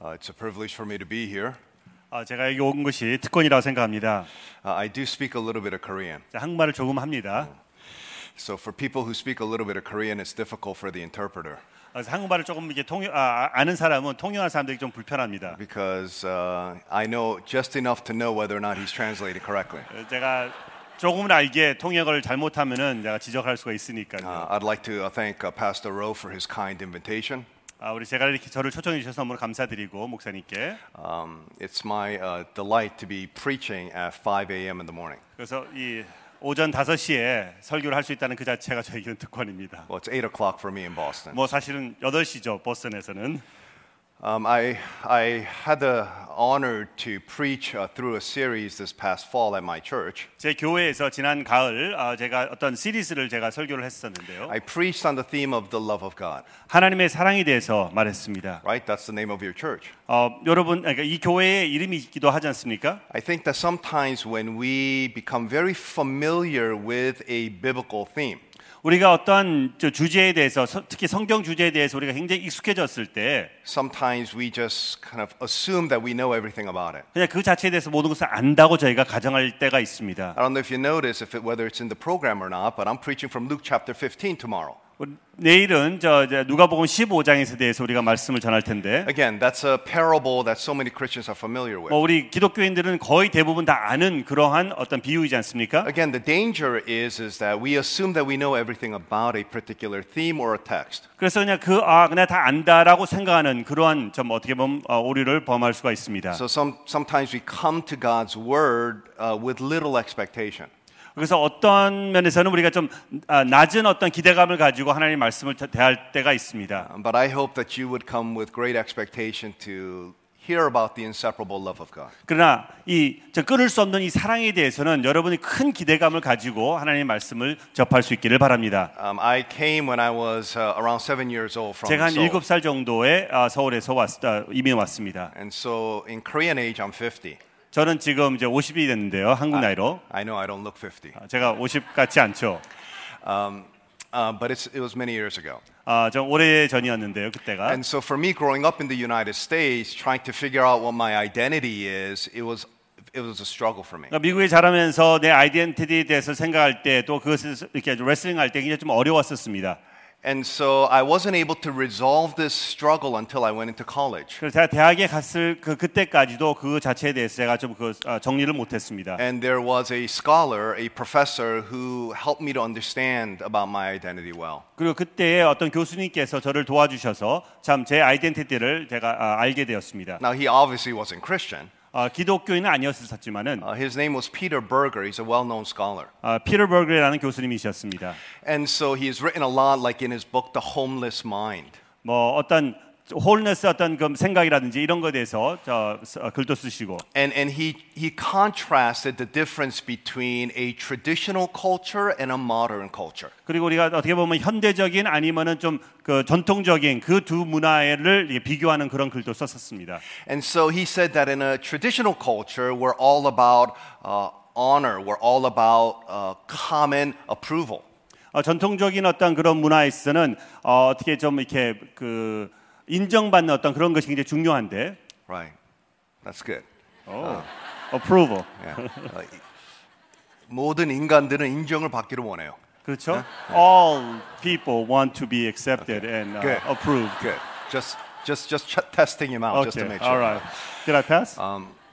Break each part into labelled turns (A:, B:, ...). A: Uh, it's a privilege for me to be here.
B: 아, 제가 여기 온 것이 특권이라고 생각합니다.
A: Uh, I do speak a little bit of Korean.
B: 자, 한국말을 조금 합니다.
A: So, for people who speak a little bit of Korean, it's difficult for the interpreter
B: 아, 그래서 한국말을 조금 이렇게 통역 아, 아는 사람은 통역하는 사람들이 좀 불편합니다.
A: because uh, I know just enough to know whether or not he's translated correctly.
B: 어, 제가 조금은 알게 통역을 잘못하면은 제가 지적할 수가 있으니까요.
A: Uh, I'd like to uh, thank uh, Pastor Rowe for his kind invitation.
B: 아, 우리 제가 이렇게 저를 초청해 주셔서 너무 감사드리고 목사님께
A: Um, it's my uh, delight to be preaching at 5 a.m. in the morning.
B: 그래서 이 오전 5시에 설교를 할 수 있다는 그 자체가 저에게는 특권입니다.
A: Well, it's 8 o'clock for me in Boston.
B: 뭐 사실은 8시죠. 보스턴에서는.
A: Um, I, I had the honor to preach uh, through a series this past fall at my church.
B: 제 교회에서 지난 가을 아, 제가 어떤 시리즈를 제가 설교를 했었는데요.
A: I preached on the theme of the love of God,
B: 하나님의 사랑에 대해서 말했습니다.
A: right? That's the name of your church.
B: 어, 여러분 그러니까 이 교회의 이름이 있기도 하지 않습니까?
A: I think that sometimes when we become very familiar with a biblical theme,
B: 우리가 어떠한 저 주제에 대해서 서- 특히 성경 주제에 대해서 우리가 굉장히 익숙해졌을 때
A: sometimes we just kind of assume that we know everything about it.
B: 그냥 그 자체에 대해서 모든 것을 안다고 저희가 가정할 때가 있습니다.
A: I don't know if you notice if it, whether it's in the program or not, but I'm preaching from Luke chapter 15 tomorrow.
B: 우리 어, 내일은 저 이제 누가복음 15장에서 대해서 우리가 말씀을 전할 텐데
A: Again, that's a parable that so many Christians are familiar with.
B: 뭐 우리 기독교인들은 거의 대부분 다 아는 그러한 어떤 비유이지 않습니까?
A: Again, the danger is is that we assume that we know everything about a particular theme or a text.
B: 그래서 그냥 그아 그냥 다 안다라고 생각하는 그러한 좀 어떻게 보면 어, 오류를 범할 수가 있습니다.
A: So some, sometimes we come to God's word uh, with little expectation.
B: 그래서 어떤 면에서는 우리가 좀 아, 낮은 어떤 기대감을 가지고 하나님 의 말씀을 대- 대할 때가 있습니다.
A: But I hope that you would come with great expectation to hear about the inseparable love of God.
B: 그러나 이 저 끊을 수 없는 이 사랑에 대해서는 여러분이 큰 기대감을 가지고 하나님의 말씀을 접할 수 있기를 바랍니다.
A: Um, I came when I was uh, around seven years old from
B: 제가 한
A: Seoul.
B: 일곱 살 정도에 아, 서울에서 왔, 아, 이민 왔습니다.
A: And so in Korean age, I'm 50.
B: 저는 지금 이제 50이 됐는데요, 한국 나이로.
A: I know I don't look 50.
B: 아, 제가 50 같지 않죠.
A: Um, uh, but it's, it was many years ago.
B: 아, 좀 오래 전이었는데요, 그때가.
A: And so for me, growing up in the United States, trying to figure out what my identity is, it was, it was a struggle for me.
B: 그러니까 미국에 자라면서 내 아이덴티티에 대해서 생각할 때 또 그것을 이렇게 레슬링할 때 굉장히 좀 어려웠었습니다.
A: And so I wasn't able to resolve this struggle until I went into college.
B: 그래서 제가 대학에 갔을 그 그때까지도 그 자체에 대해서 제가 좀 그 정리를 못했습니다.
A: And there was a scholar, a professor, who helped me to understand about my identity well.
B: 그리고 그때의 어떤 교수님께서 저를 도와주셔서 참 제 아이덴티티를 제가 아, 알게 되었습니다.
A: Now, he obviously wasn't Christian.
B: 아, 기독교인은 아니었었지만은
A: Uh, his name was Peter Berger. He's a well known scholar.
B: 아, 피터버그라는 교수님이셨습니다.
A: And so he has written a lot, like in his book, The Homeless Mind.
B: 뭐 어떤 홀네스 어떤 그 생각이라든지 이런 것에 대해서 저 써- 글도 쓰시고
A: And, and he, he contrasted the difference between a traditional culture and a modern culture.
B: 그리고 우리가 어떻게 보면 현대적인 아니면은 좀 그 전통적인 그 두 문화를 이렇게 비교하는 그런 글도 썼었습니다.
A: And so he said that in a traditional culture, we're all about uh, honor, we're all about uh, common approval.
B: 어, 전통적인 어떤 그런 문화에서는 어, 어떻게 좀 이렇게 그 인정받는 어떤 그런 것이 굉장히 중요한데.
A: Right. That's good.
B: 어.
A: 아.
B: approval.
A: Yeah. Uh, 모든 인간들은 인정을 받기를 원해요. 네.
B: 그렇죠? All people want to be accepted and uh,
A: Good.
B: approved.
A: Good. Just, just, just ch- testing him out just to
B: Okay.
A: make
B: All
A: sure. Um,
B: right. Did I pass?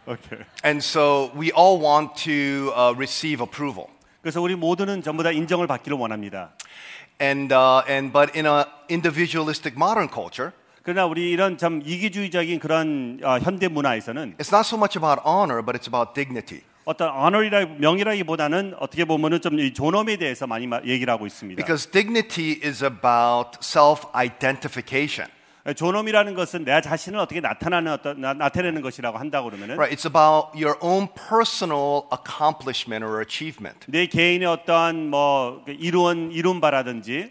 B: okay.
A: And so we all want to uh, receive approval.
B: 그래서 우리 모두는 전부 다 인정을 받기를 원합니다.
A: And, uh, and but in an individualistic modern culture,
B: 그러나 우리 이런 참 이기주의적인 그런 어, 현대 문화에서는
A: it's not so much about honor, but it's about dignity.
B: 어떤 honor이라 명이라기보다는 어떻게 보면은 좀 이 존엄에 대해서 많이 마- 얘기를 하고 있습니다.
A: Because dignity is about self-identification.
B: 예, 존엄이라는 것은 내 자신을 어떻게 나타나는 어떤 나, 나타내는 것이라고 한다고 그러면은
A: Right? It's about your own personal accomplishment or achievement.
B: 내 개인의 어떠한 뭐그 이루은 이룬 바라든지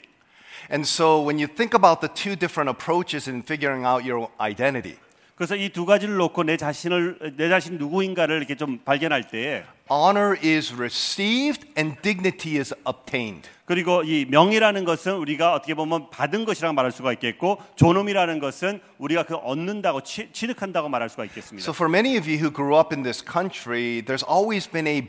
A: And so when you think about the two different approaches in figuring out your identity,
B: 그래서 이 두 가지를 놓고 내 자신을 내 자신 누구인가를 이렇게 좀 발견할 때에
A: honor is received and dignity is obtained.
B: 그리고 이 명이라는 것은 우리가 어떻게 보면 받은 것이라고 말할 수가 있겠고 존엄이라는 것은 우리가 그 얻는다고 취, 취득한다고 말할 수가 있겠습니다.
A: So, for many of you who grew up in this country, there's always been a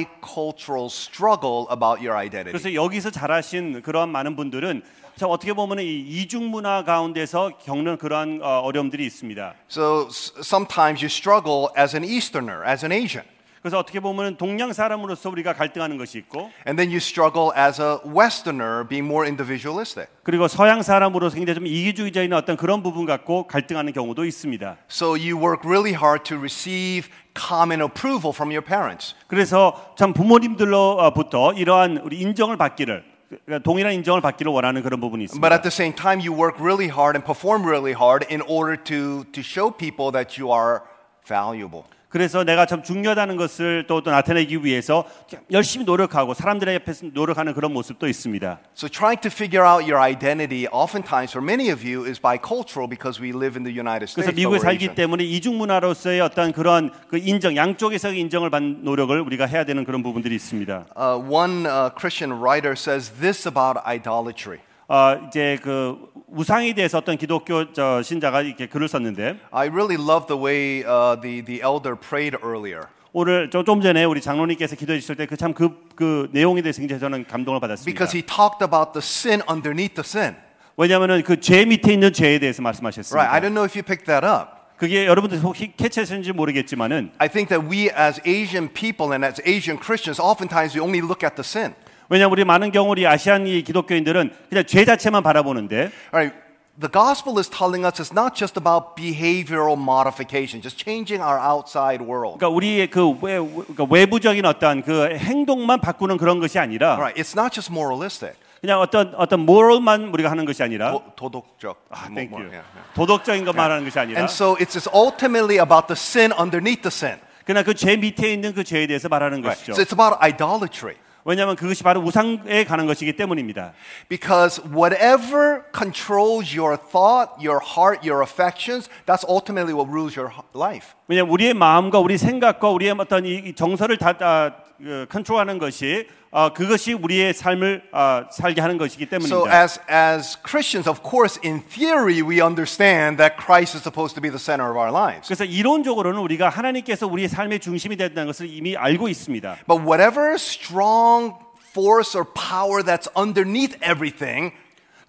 A: bicultural struggle about your identity.
B: 그래서 여기서 자라신 그러한 많은 분들은 참 어떻게 보면 이 이중 문화 가운데서 겪는 그러한 어, 어려움들이 있습니다.
A: So, s- sometimes you struggle as an Easterner, as an Asian,
B: 그래서 어떻게 보면 동양 사람으로서 우리가 갈등하는 것이 있고
A: and then you struggle as a Westerner, being more individualistic.
B: 그리고 서양 사람으로서 굉장히 좀 이기주의자인 어떤 그런 부분 갖고 갈등하는 경우도 있습니다.
A: So, you work really hard to receive common approval from your parents.
B: 그래서 참 부모님들로부터 이러한 우리 인정을 받기를 그러니까 동일한 인정을 받기를 원하는 그런 부분이 있습니다.
A: But at the same time, you work really hard and perform really hard in order to, to show people that you are valuable.
B: 그래서 내가 참 중요하다는 것을 또, 또 나타내기 위해서 열심히 노력하고 사람들의 옆에서 노력하는 그런 모습도 있습니다.
A: So, trying to figure out your identity, oftentimes for many of you, is bicultural because we live in the United States.
B: 그래서
A: but
B: 미국에
A: we're
B: 살기
A: Asian.
B: 때문에 이중 문화로서의 어떤 그런 그 인정 양쪽에서의 인정을 받는 노력을 우리가 해야 되는 그런 부분들이 있습니다.
A: Uh, one uh, Christian writer says this about idolatry
B: 어, 이제 그 우상에 대해서 어떤 기독교 저 신자가 이렇게 글을 썼는데
A: I really love the way uh, the, the elder prayed earlier
B: 오늘 조- 좀 전에 우리 장로님께서 기도해 주실 때 그 참 그 그 내용에 대해서 굉장히 저는 감동을 받았습니다.
A: because he talked about the sin underneath the sin.
B: 왜냐하면 그 죄 밑에 있는 죄에 대해서
A: Right.
B: 말씀하셨습니다.
A: I don't know if you picked that up.
B: 그게 여러분들 혹시 캐치하셨는지 모르겠지만은
A: I think that we, as Asian people and as Asian Christians, oftentimes we only look at the sin.
B: 왜냐하면 우리 많은 경우 우리 아시안 이 기독교인들은 그냥 죄 자체만 바라보는데
A: All right. The gospel is telling us it's not just about behavioral modification, just changing our outside world.
B: 그러니까 우리의 그 외, 그러니까 외부적인 어떠한 그 행동만 바꾸는 그런 것이
A: All
B: 아니라
A: right. It's not just moralistic.
B: 그냥 어떤 어떤 moral만 우리가 하는 것이 아니라
A: Do- 도덕적.
B: 아,
A: 뭐-
B: thank
A: 뭐-
B: Uh, you.
A: yeah, yeah.
B: 도덕적인 것만 하는 것이 아니라
A: And so it's, it's ultimately about the sin underneath the sin.
B: 그냥 그 죄 밑에 있는 그 죄에 대해서 말하는
A: Right.
B: 것이죠.
A: So it's about idolatry.
B: 왜냐하면 그것이 바로 우상에 가는 것이기 때문입니다.
A: Because whatever controls your thought, your heart, your affections, that's ultimately what rules your h- life.
B: 왜냐하면 우리의 마음과 우리 생각과 우리의 어떤 이- 이 정서를 다, 다 어, 컨트롤하는 것이 어, 그것이 우리의 삶을 어, 살게 하는 것이기
A: So
B: 때문입니다.
A: as, as Christians, of course, in theory, we understand that Christ is supposed to be the center of our lives.
B: 그래서 이론적으로는 우리가 하나님께서 우리의 삶의 중심이 된다는 것을 이미 알고 있습니다.
A: But whatever strong force or power that's underneath everything,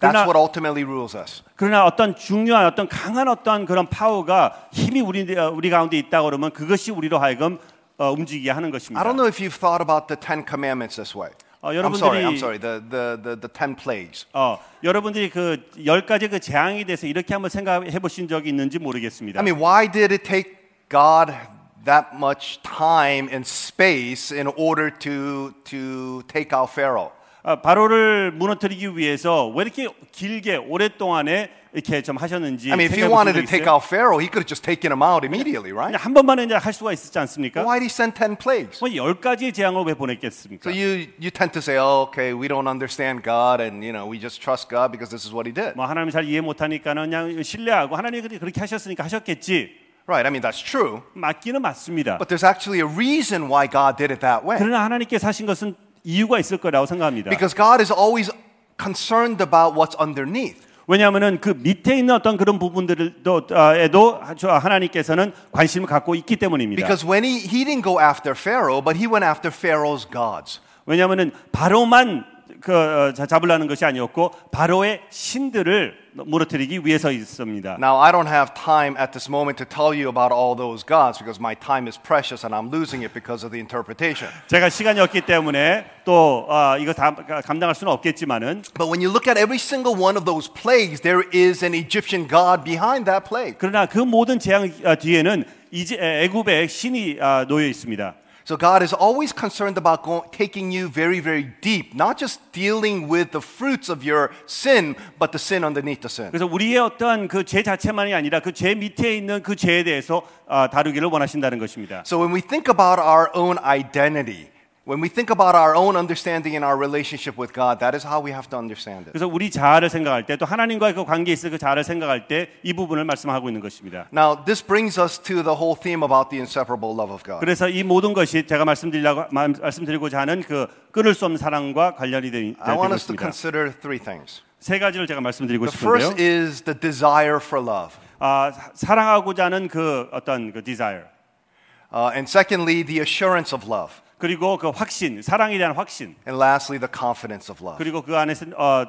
A: that's
B: 그러나-
A: what ultimately rules us.
B: 그러나 어떤 중요한 어떤 강한 어떤 그런 파워가 힘이 우리 어, 우리 가운데 있다 그러면 그것이 우리로 하여금 어, 움직이게 하는
A: I don't
B: 것입니다.
A: know if you've thought about the Ten Commandments this way.
B: 어,
A: I'm sorry, I'm
B: Oh, 여러분들이-
A: sorry, the, the, the, the Ten Plagues.
B: 어, 여러분들이 그 열 가지 그 재앙에 대해서 이렇게 한번 생각해 보신 적이 있는지 모르겠습니다.
A: I mean, why did it take God that much time and space in order to, to take out Pharaoh?
B: 아, 바로를 무너뜨리기 위해서 왜 이렇게 길게 오랫동안에 이렇게 좀 하셨는지
A: I mean, if he
B: 생각해 보신
A: wanted
B: 적
A: to take
B: 있어요?
A: out Pharaoh, he could have just taken him out immediately, right?
B: 그냥 한 번만에 이제 할 수가 있었지 않습니까?
A: Why did he send 10 plagues?
B: 뭐 열 가지의 재앙을 왜
A: So
B: 보냈겠습니까?
A: you, you tend to say, oh, okay, we don't understand God and, you know, we just trust God because this is what he did.
B: 뭐 하나님 잘 이해 못하니까는 그냥 신뢰하고 하나님이 그리- 그렇게 하셨으니까 하셨겠지
A: Right, I mean, that's true.
B: 맞기는 맞습니다.
A: But there's actually a reason why God did it that way.
B: 그러나 하나님께서 하신 것은 이유가 있을 거라고 생각합니다.
A: Because God is always concerned about what's underneath.
B: 왜냐하면은 그 밑에 있는 어떤 그런 부분들에도 하나님께서는 관심을 갖고 있기 때문입니다.
A: Because when he, he didn't go after Pharaoh, but he went after Pharaoh's gods.
B: 왜냐하면은 바로만 그 어, 자- 잡으려는 것이 아니었고 바로의 신들을 무너뜨리기 위해서 있습니다.
A: Now, I don't have time at this moment to tell you about all those gods because my time is precious and I'm losing it because of the interpretation.
B: 제가 시간이 없기 때문에 또 아, 이거 다 감당할 수는 없겠지만은
A: But when you look at every single one of those plagues, there is an Egyptian god behind that plague.
B: 그러나 그 모든 재앙 아, 뒤에는 이제 에, 애굽의 신이 아, 놓여 있습니다.
A: So God is always concerned about go- taking you very, very deep, not just dealing with the fruits of your sin, but the sin underneath the sin.
B: 그래서 우리의 어떠한 그 죄 자체만이 아니라 그 죄 밑에 있는 그 죄에 대해서 아, 다루기를 원하신다는 것입니다.
A: So when we think about our own identity, When we think about our own understanding and our relationship with God, that is how we have to understand it.
B: 그래서 우리 자아를 생각할 때 또 하나님과의 그 관계에 있어 그 자아를 생각할 때 이 부분을 말씀하고 있는 것입니다.
A: Now, this brings us to the whole theme about the inseparable love of God.
B: 그래서 이 모든 것이 제가 말씀드리려고 마- 말씀드리고자 하는 그 끊을 수 없는 사랑과 관련이 되는
A: I want us to
B: 것입니다.
A: consider three things.
B: 세 가지를 제가 말씀드리고
A: The
B: 싶은데요.
A: first is the desire for love.
B: 아, 사- 사랑하고자 하는 그 어떤 그 desire
A: Uh, and secondly, the assurance of love.
B: 그리고 그 확신, 사랑에 대한 확신
A: And lastly, the confidence of love.
B: 그리고 그 안에서 어,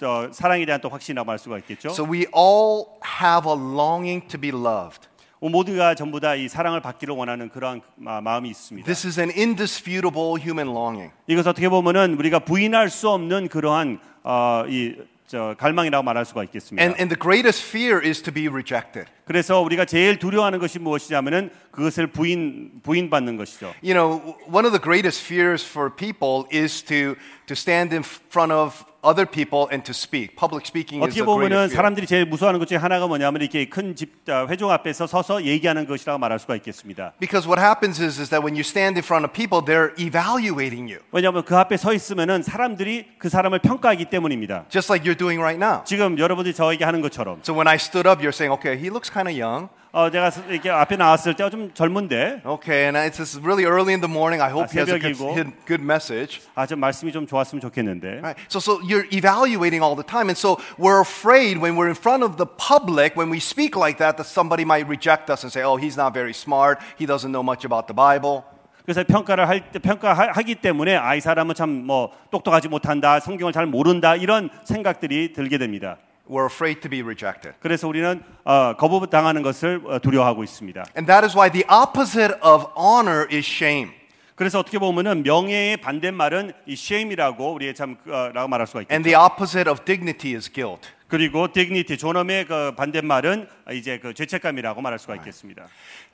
B: 저 사랑에 대한 또 확신이라고 할 수가 있겠죠.
A: So we all have a longing to be loved.
B: 모두가 전부 다 이 사랑을 받기를 원하는 그러한 마- 마음이 있습니다.
A: This is an indisputable human longing.
B: 이것 어떻게 보면은 우리가 부인할 수 없는 그러한 어, 이저 갈망이라고 말할 수가 있겠습니다.
A: And, and the greatest fear is to be rejected.
B: 그래서 우리가 제일 두려워하는 것이 무엇이냐면은 그것을 부인 부인받는 것이죠.
A: You know, w- one of the greatest fears for people is to, to stand in front of other people and to speak. Public speaking is the greatest
B: 어떻게 보면은
A: fear.
B: 사람들이 제일 무서워하는 것 중에 하나가 뭐냐면 이렇게 큰 집 아, 회중 앞에서 서서 얘기하는 것이라고 말할 수가 있겠습니다.
A: Because what happens is, is that when you stand in front of people, they're evaluating you,
B: 왜냐하면 그 앞에 서 있으면은 사람들이 그 사람을 평가하기 때문입니다.
A: just like you're doing right now.
B: 지금 여러분들이 저에게 하는 것처럼
A: So when I stood up, you're saying, okay, he looks kind of young.
B: 어, 제가 이렇게 앞에 나왔을 때 어, 좀 젊은데
A: Okay, and it's it's really early in the morning. I hope
B: 아,
A: he has a good,
B: 새벽이고.
A: hid- good message.
B: 아 좀 말씀이 좀 좋았으면 좋겠는데
A: Right. So, so you're evaluating all the time. And so we're afraid when we're in front of the public, when we speak like that, that somebody might reject us and say, oh, he's not very smart. He doesn't know much about the Bible.
B: 그래서 평가를 할 때 평가하기 때문에 아이 사람은 참 뭐 똑똑하지 못한다 성경을 잘 모른다 이런 생각들이 들게 됩니다.
A: We're afraid to be rejected.
B: 그래서 우리는 어, 거부당하는 것을 어, 두려워하고 있습니다.
A: And that is why the opposite of honor is shame.
B: 그래서 어떻게 보면은 명예의 반대말은 이 shame이라고 우리의 참라고 말할 수가 있고
A: And the opposite of dignity is guilt.
B: 그리고 dignity 존엄의 그 반대말은 이제 그 죄책감이라고 말할
A: 아.
B: 수가 있겠습니다.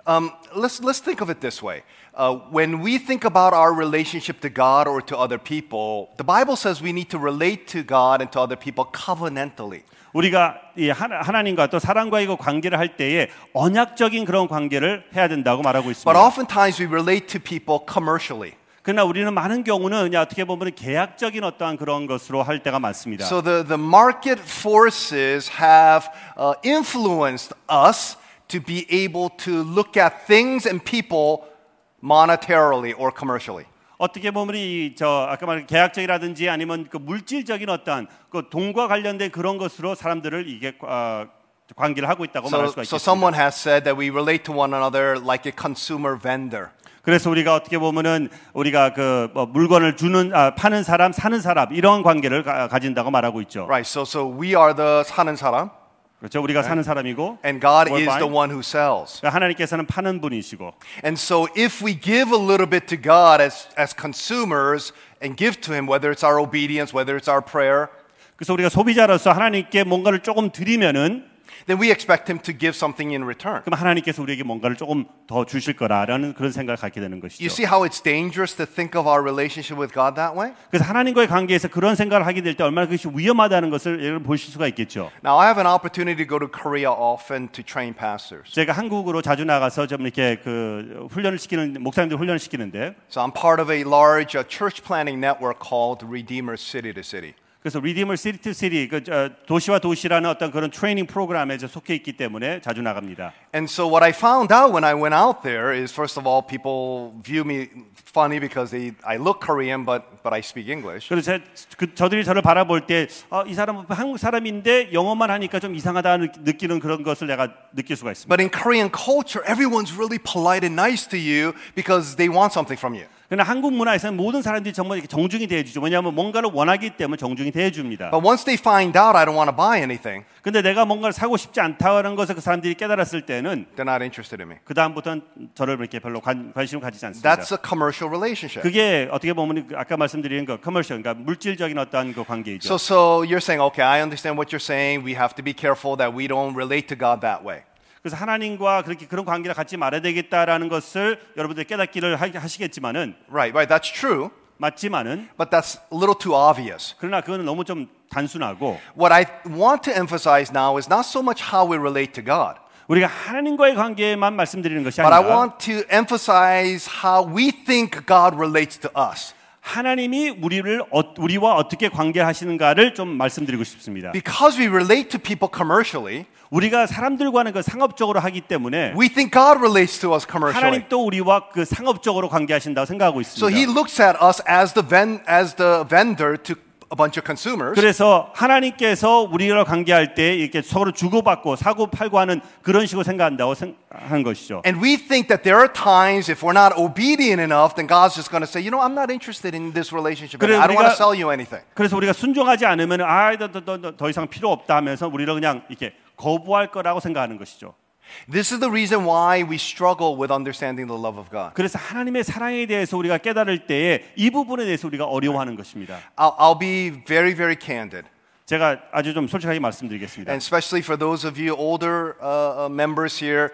A: Um, let's, let's think of it this way. Uh, when we think about our relationship to God or to other people, the Bible says we need to relate to God and to other people covenantally.
B: 우리가 이 하나- 하나님과 또 사람과의 그 관계를 할 때에 언약적인 그런 관계를 해야 된다고 말하고
A: But
B: 있습니다.
A: oftentimes we relate to people commercially.
B: 그러나 우리는 많은 경우는 그냥 어떻게 보면 계약적인 어떠한 그런 것으로 할 때가 많습니다.
A: So the, the market forces have uh, influenced us to be able to look at things and people monetarily or commercially.
B: 어떻게 보면 이 저 아까 말한 계약적이라든지 아니면 그 물질적인 어떠한 그 돈과 관련된 그런 것으로 사람들을 이게 아, 관계를 하고 있다고 말할
A: So,
B: 수가
A: so
B: 있겠습니다.
A: someone has said that we relate to one another like a consumer vendor.
B: 그래서 우리가 어떻게 보면은 우리가 그뭐 물건을 주는 아, 파는 사람 사는 사람 이런 관계를 가, 가진다고 말하고 있죠.
A: Right, so, so we are the 사는 사람,
B: 그렇죠. 우리가 사는 사람이고
A: and God
B: we're
A: is the
B: buying.
A: one who sells.
B: 하나님께서는 파는 분이시고
A: And so if we give a little bit to God as, as consumers and give to Him, whether it's our obedience, whether it's our prayer,
B: 그래서 우리가 소비자로서 하나님께 뭔가를 조금 드리면은
A: then we expect Him to give something in return.
B: 그럼 하나님께서 우리에게 뭔가를 조금 더 주실 거라라는 그런 생각을 갖게
A: You
B: 되는 것이죠.
A: see how it's dangerous to think of our relationship with God that way?
B: 그래서 하나님과의 관계에서 그런 생각을 하게 될 때 얼마나 그것이 위험하다는 것을 여러분 보실 수가 있겠죠.
A: Now, I have an opportunity to go to Korea often to train pastors.
B: 제가 한국으로 자주 나가서 좀 이렇게 그 훈련을 시키는 목사님들 훈련을 시키는데
A: So I'm part of a large uh, church planning network called Redeemer City to City.
B: 그래서 리디멀 시리 투 시리 그 어, 도시와 도시라는 어떤 그런 트레이닝 프로그램에 저 속해 있기 때문에 자주 나갑니다.
A: And so what I found out when I went out there is, first of all, people view me funny because they, I look Korean, but, but I speak English.
B: 그래서 제, 그, 저들이 저를 바라볼 때 어, 이 사람은 한국 사람인데 영어만 하니까 좀 이상하다 느끼는 그런 것을 내가 느낄 수가 있습니다.
A: But in Korean culture, everyone's really polite and nice to you because they want something from you.
B: 그러나 한국 문화에서는 모든 사람들이 정말 이렇게 정중히 대해주죠. 왜냐하면 뭔가를 원하기 때문에 정중히 대해줍니다.
A: But once they find out I don't want to buy anything,
B: 근데 내가 뭔가를 사고 싶지 않다는 것을 그 사람들이 깨달았을 때는
A: they're not interested in me.
B: 그 다음부터는 저를 이렇게 별로 관, 관심을 가지지 않습니다.
A: That's a commercial relationship.
B: 그게 어떻게 보면 그 아까 말씀드린 그 커머셜, 그러니까 물질적인 어떠한 그
A: So,
B: 관계이죠.
A: so you're saying, okay, I understand what you're saying. We have to be careful that we don't relate to God that way.
B: 그래서 하나님과 그렇게 그런 관계를 갖지 말아야 되겠다라는 것을 여러분들 깨닫기를 하, 하시겠지만은
A: Right, right. That's true,
B: 맞지만은
A: but that's a little too obvious.
B: 그러나 그거는 너무 좀 단순하고
A: What I want to emphasize now is not so much how we relate to God,
B: 우리가 하나님과의 관계만 말씀드리는 것이
A: But I
B: 아니라
A: want to emphasize how we think God relates to us.
B: 하나님이 우리를 어- 우리와 어떻게 관계하시는가를 좀 말씀드리고 싶습니다.
A: Because we relate to people commercially,
B: 우리가 사람들과는 그 상업적으로 하기 때문에
A: we think God relates to us commercially.
B: 하나님도 우리와 그 상업적으로 관계하신다고 생각하고
A: So
B: 있습니다.
A: he looks at us as the, ven- as the vendor to a bunch of consumers.
B: 그래서 하나님께서 우리와 관계할 때 이렇게 서로 주고받고 사고 팔고 하는 그런 식으로 생각한다고 생- 하는 것이죠.
A: And we think that there are times if we're not obedient enough, then God's just going to say, you know, I'm not interested in this relationship.
B: 그래,
A: I don't want
B: 우리가-
A: to sell you anything.
B: 그래서 우리가 순종하지 않으면 아더더 더 이상 필요 없다 하면서 우리를 그냥 이렇게 거부할 거라고 생각하는 것이죠.
A: This is the reason why we struggle with understanding the love of God.
B: 그래서 하나님의 사랑에 대해서 우리가 깨달을 때에 이 부분에 대해서 우리가 어려워하는 것입니다.
A: I'll, I'll be very, very candid.
B: 제가 아주 좀 솔직하게 말씀드리겠습니다.
A: And especially for those of you older uh, uh, members here,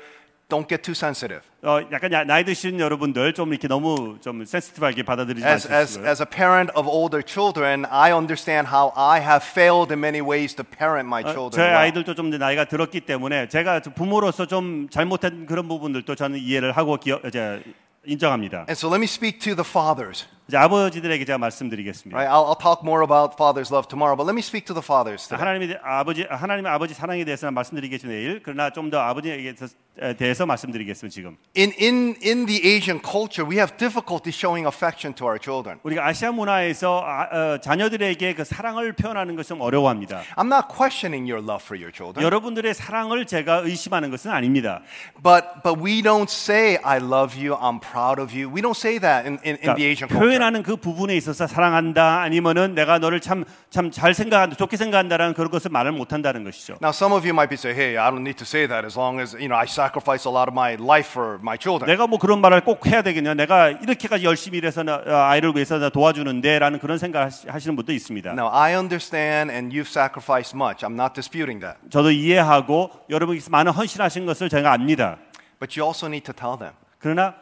A: don't get too sensitive.
B: 어, 약간 야- 나이 드신 여러분들 좀 이렇게 너무 좀 센스티브하게 받아들이지
A: As, as,
B: 마시고요.
A: as a parent of older children, I understand how I have failed in many ways to parent my
B: 어, 저희
A: children. well.
B: 아이들도 좀 이제 나이가 들었기 때문에 제가 좀 부모로서 좀 잘못한 그런 부분들도 저는 이해를 하고 기어, 이제 인정합니다.
A: And so let me speak to the fathers.
B: 이제 아버지들에게 제가 말씀드리겠습니다.
A: Right? I'll, I'll talk more about father's love tomorrow, but let me speak to the fathers today.
B: 하나님의 대- 아버지 하나님의 아버지 사랑에 대해서는 말씀드리겠지만 내일 그러나 좀 더 아버지에게 대해서- 에, 대해서 말씀드리겠습니다 지금
A: In, in, in the Asian culture, we have difficulty showing affection to our children.
B: 우리가 아시아 문화에서 아, 어, 자녀들에게 그 사랑을 표현하는 것이 좀 어려워합니다.
A: I'm not questioning your love for your children,
B: 여러분들의 사랑을 제가 의심하는 것은 아닙니다.
A: but, but we don't say, I love you, I'm proud of you. We don't say that in, in, in the
B: 그러니까
A: Asian culture.
B: 표현하는 그 부분에 있어서 사랑한다 아니면은 내가 너를 참 참 잘 생각한다 좋게 생각한다라는 그런 것을 말을 못한다는 것이죠.
A: Now, some of you might be saying, hey, I don't need to say that as long as, you know, I sacrifice a lot of my life for my children.
B: 내가 뭐 그런 말을 꼭 해야 되겠냐? 내가 이렇게까지 열심히 일해서 나- 어, 아이를 위해서 나 도와주는데라는 그런 생각을 하시- 하시는 분도 있습니다.
A: Now, I understand and you've sacrificed much. I'm not disputing that.
B: 저도 이해하고 여러분께서 많은 헌신하신 것을 제가 압니다.
A: But you also need to tell them.
B: 그러나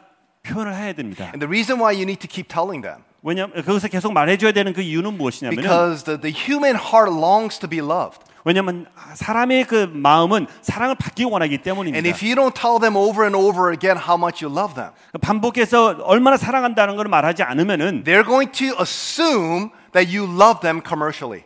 B: 표현을 해야 됩니다.
A: And the reason why you need to keep telling them
B: 왜냐면 그것을 계속 말해줘야 되는 그 이유는 무엇이냐면
A: Because the, the human heart longs to be loved.
B: 왜냐면 사람의 그 마음은 사랑을 받기 원하기
A: And
B: 때문입니다.
A: if you don't tell them over and over again how much you love them,
B: 반복해서 얼마나 사랑한다는 걸 말하지 않으면은
A: they're going to assume that you love them commercially.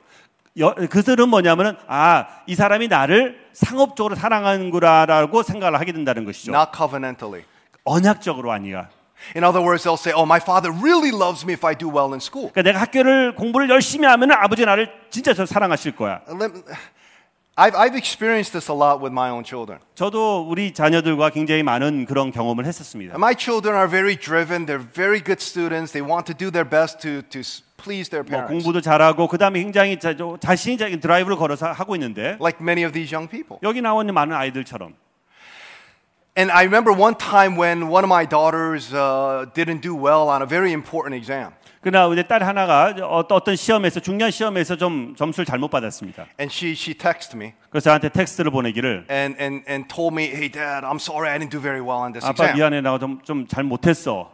B: 여- 그들은 뭐냐면은 아 이 사람이 나를 상업적으로 사랑하는구나라고 생각을 하게 된다는 것이죠.
A: Not covenantally.
B: 언약적으로 아니야.
A: In other words, they'll say, Oh, my father really loves me if I do well in school.
B: 그러니까 내가 학교를 공부를 열심히 하면은 아버지 나를 진짜 저 사랑하실 거야.
A: Uh, Let me- I've, I've experienced this a lot with my own children.
B: 저도 우리 자녀들과 굉장히 많은 그런 경험을 했었습니다.
A: And my children are very driven, they're very good students, they want to do their best to, to s- please their
B: 뭐
A: parents,
B: 공부도 잘하고 그다음에 굉장히 자, 저- 자신이 자- 드라이브를 걸어서 하고 있는데
A: like many of these young people.
B: 여기 나와 있는 많은 아이들처럼
A: And I remember one time when one of my daughters uh, didn't do well on a very important exam.
B: 그러나 우리 딸 하나가 어- 어떤 시험에서 중요한 시험에서 좀 점수를 잘못 받았습니다.
A: And she, she texted me
B: 그래서 저한테 텍스트를 보내기를
A: and, and, and told me, hey, dad, I'm sorry I didn't do very well on this
B: 아빠
A: exam.
B: 미안해 나 좀 좀 잘 못했어.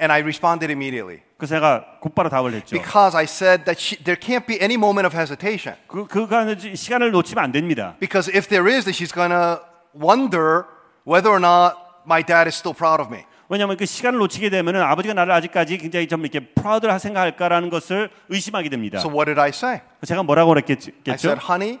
A: And I responded immediately
B: 그래서 제가 곧바로 답을 했죠.
A: because I said that she, there can't be any moment of hesitation.
B: 그 그간 시간을 놓치면 안 됩니다.
A: Because if there is, then she's going to wonder whether or not my dad is still proud of me.
B: 왜냐하면 그 시간을 놓치게 되면은 아버지가 나를 아직까지 굉장히 좀 이렇게 프라우드라 생각할까라는 것을 의심하게 됩니다.
A: So what did I say?
B: 제가 뭐라고
A: I said,
B: 그랬겠죠?
A: honey,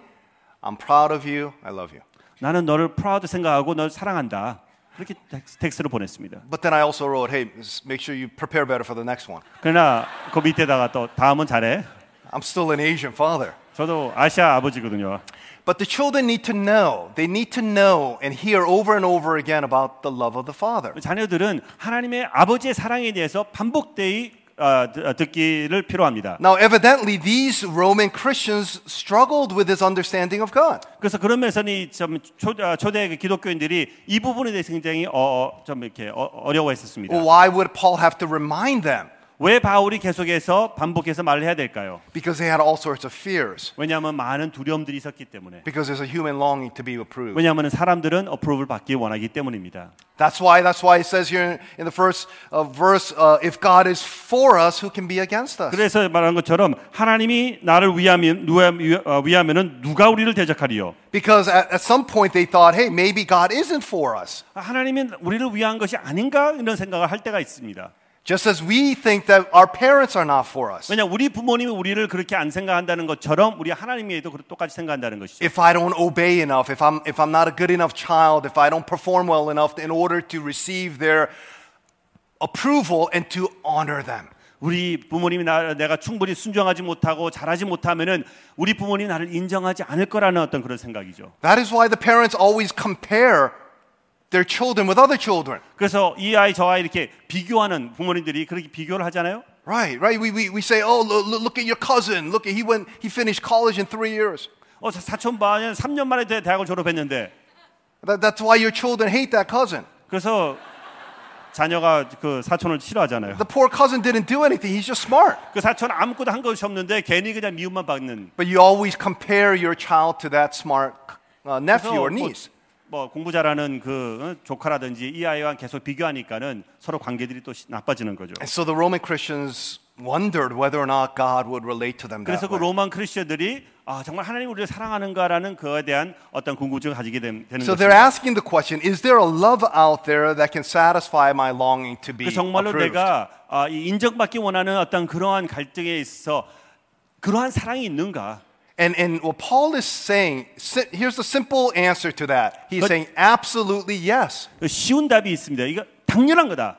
A: I'm proud of you. I love you.
B: 나는 너를 프라우드 생각하고 널 사랑한다. 그렇게 텍스- 텍스트를 보냈습니다.
A: But then I also wrote, hey, s- make sure you prepare better for the next one.
B: 그러나 그 밑에다가 또 다음은 잘해.
A: I'm still an Asian father.
B: 저도 아시아 아버지거든요.
A: But the children need to know. They need to know and hear over and over again about the love of the Father.
B: 자녀들은 하나님의 아버지의 사랑에 대해서 반복되이 아, 드- 아, 듣기를 필요합니다.
A: Now, evidently, these Roman Christians struggled with this understanding of God.
B: 그래서 그런 면에서는 이참 초, 아, 초대 그 기독교인들이 이 부분에 대해서 굉장히 어, 어, 좀 이렇게 어, 어려워했었습니다.
A: Well, why would Paul have to remind them?
B: 왜 바울이 계속해서 반복해서 말을 해야 될까요?
A: Because they had all sorts of fears,
B: 왜냐하면 많은 두려움들이 있었기 때문에.
A: because there's a human longing to be approved.
B: 왜냐하면 사람들은 어프로브를 받기 원하기 때문입니다.
A: That's why, that's why it says here in the first uh, verse, uh, if God is for us, who can be against us?
B: 그래서 말한 것처럼 하나님이 나를 위하면 누가 위- 어, 위하면은 누가 우리를 대적하리요?
A: Because at, at some point they thought, hey, maybe God isn't for us.
B: 하나님이 우리를 위한 것이 아닌가 이런 생각을 할 때가 있습니다.
A: Just as we think that our parents are not for us.
B: 왜냐 우리 부모님이 우리를 그렇게 안 생각한다는 것처럼 우리 하나님이에도 그렇- 똑같이 생각한다는 것이죠.
A: If I don't obey enough, if I'm, if I'm not a good enough child, if I don't perform well enough in order to receive their approval and to honor them.
B: 우리 부모님이 나, 내가 충분히 순종하지 못하고 잘하지 못하면은 우리 부모님이 나를 인정하지 않을 거라는 어떤 그런 생각이죠.
A: That is why the parents always compare their children with other children.
B: 그래서 이 아이 저 아이 이렇게 비교하는 부모님들이 그렇게 비교를 하잖아요.
A: Right, right. We, we, we say, oh, lo- lo- look at your cousin. Look at, he went, he finished college in three years.
B: 어 사- 사촌 반은 3년 만에 대- 대학을 졸업했는데
A: That, that's why your children hate that cousin.
B: 그래서 자녀가 그 사촌을 싫어하잖아요.
A: The poor cousin didn't do anything. He's just smart.
B: 그 사촌 아무것도 한 것이 없는데 괜히 그냥 미움만 받는.
A: But you always compare your child to that smart uh, nephew or
B: 뭐,
A: niece.
B: 뭐 공부 잘하는 그 어, 조카라든지 이 아이와 계속 비교하니까는 서로 관계들이 또 시- 나빠지는 거죠.
A: And so the Roman Christians wondered whether or not God would relate to them that
B: 그래서 그
A: way.
B: 로만 크리스천들이 아 정말 하나님 우리를 사랑하는가라는 그에 대한 어떤 궁금증을 가지게 됨- 되는
A: So
B: 거죠.
A: they're asking the question, is there a love out there that can satisfy my longing to be
B: 그 정말로
A: approved?
B: 내가 아, 이 인정받기 원하는 어떤 그러한 갈등에 있어 그러한 사랑이 있는가?
A: And, and what Paul is saying, si- here's the simple answer to that. He's
B: But-
A: saying, absolutely yes.
B: 그 쉬운 답이 있습니다. 이거 당연한 거다.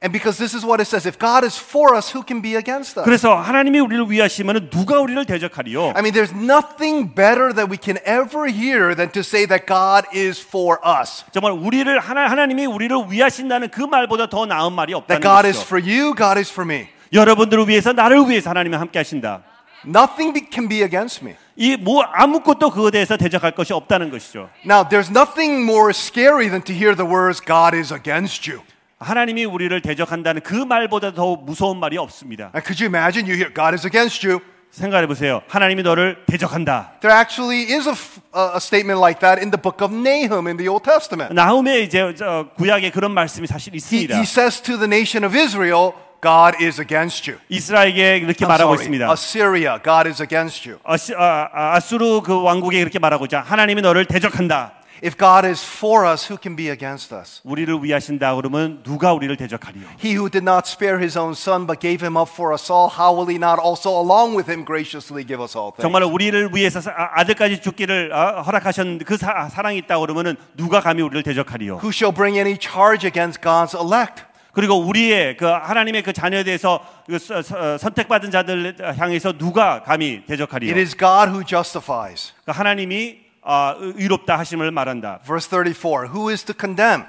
A: And because this is what it says if God is for us, who can be against us?
B: 그래서 하나님이 우리를 위하시면 누가 우리를 대적하리요?
A: I mean, there's nothing better that we can ever hear than to say that God is for us.
B: 정말 우리를 하나 하나님이 우리를 위하신다는 그 말보다 더 나은 말이
A: That
B: 없다는
A: God is
B: 것이죠.
A: for you, God is for me.
B: 여러분들을 위해서 나를 위해서 하나님이 함께 하신다.
A: Nothing be- can be against me.
B: 이 뭐 아무것도 그거에 대해서 대적할 것이 없다는 것이죠.
A: Now, there's nothing more scary than to hear the words, God is against you.
B: 하나님이 우리를 대적한다는 그 말보다 더 무서운 말이 없습니다.
A: And could you imagine you hear, God is against you?
B: 생각해 보세요. 하나님이 너를 대적한다.
A: There actually is a, f- a a statement like that in the book of Nahum in the Old Testament.
B: 나음의 이제 저 구약에 그런 말씀이 사실
A: He,
B: 있습니다.
A: he says to the nation of Israel, God is against you.
B: 이스라엘에게 이렇게
A: I'm
B: 말하고
A: sorry, 아,
B: 있습니다.
A: Assyria, God is against you.
B: 아시, 아, 아, 아수르 그 왕국에 이렇게 말하고 있자. 하나님이 너를 대적한다.
A: If God is for us, who can be against us?
B: 우리를 위하신다 그러면 누가 우리를 대적하리요?
A: He who did not spare his own son but gave him up for us all, how will he not also along with him graciously give us all things?
B: 정말 우리를 위해서 사- 아, 아들까지 죽기를 아, 허락하셨는데 그 사, 아, 사랑이 있다 그러면은 누가 감히 우리를 대적하리요?
A: Who shall bring any charge against God's elect?
B: 그리고 우리의 그 하나님의 그 자녀에 대해서 그 서- 서- 선택받은 자들 향해서 누가 감히 대적하리요?
A: It is God who justifies.
B: 그러니까 하나님이 아, 의- 의롭다 하심을 말한다.
A: Verse 34 Who is to condemn?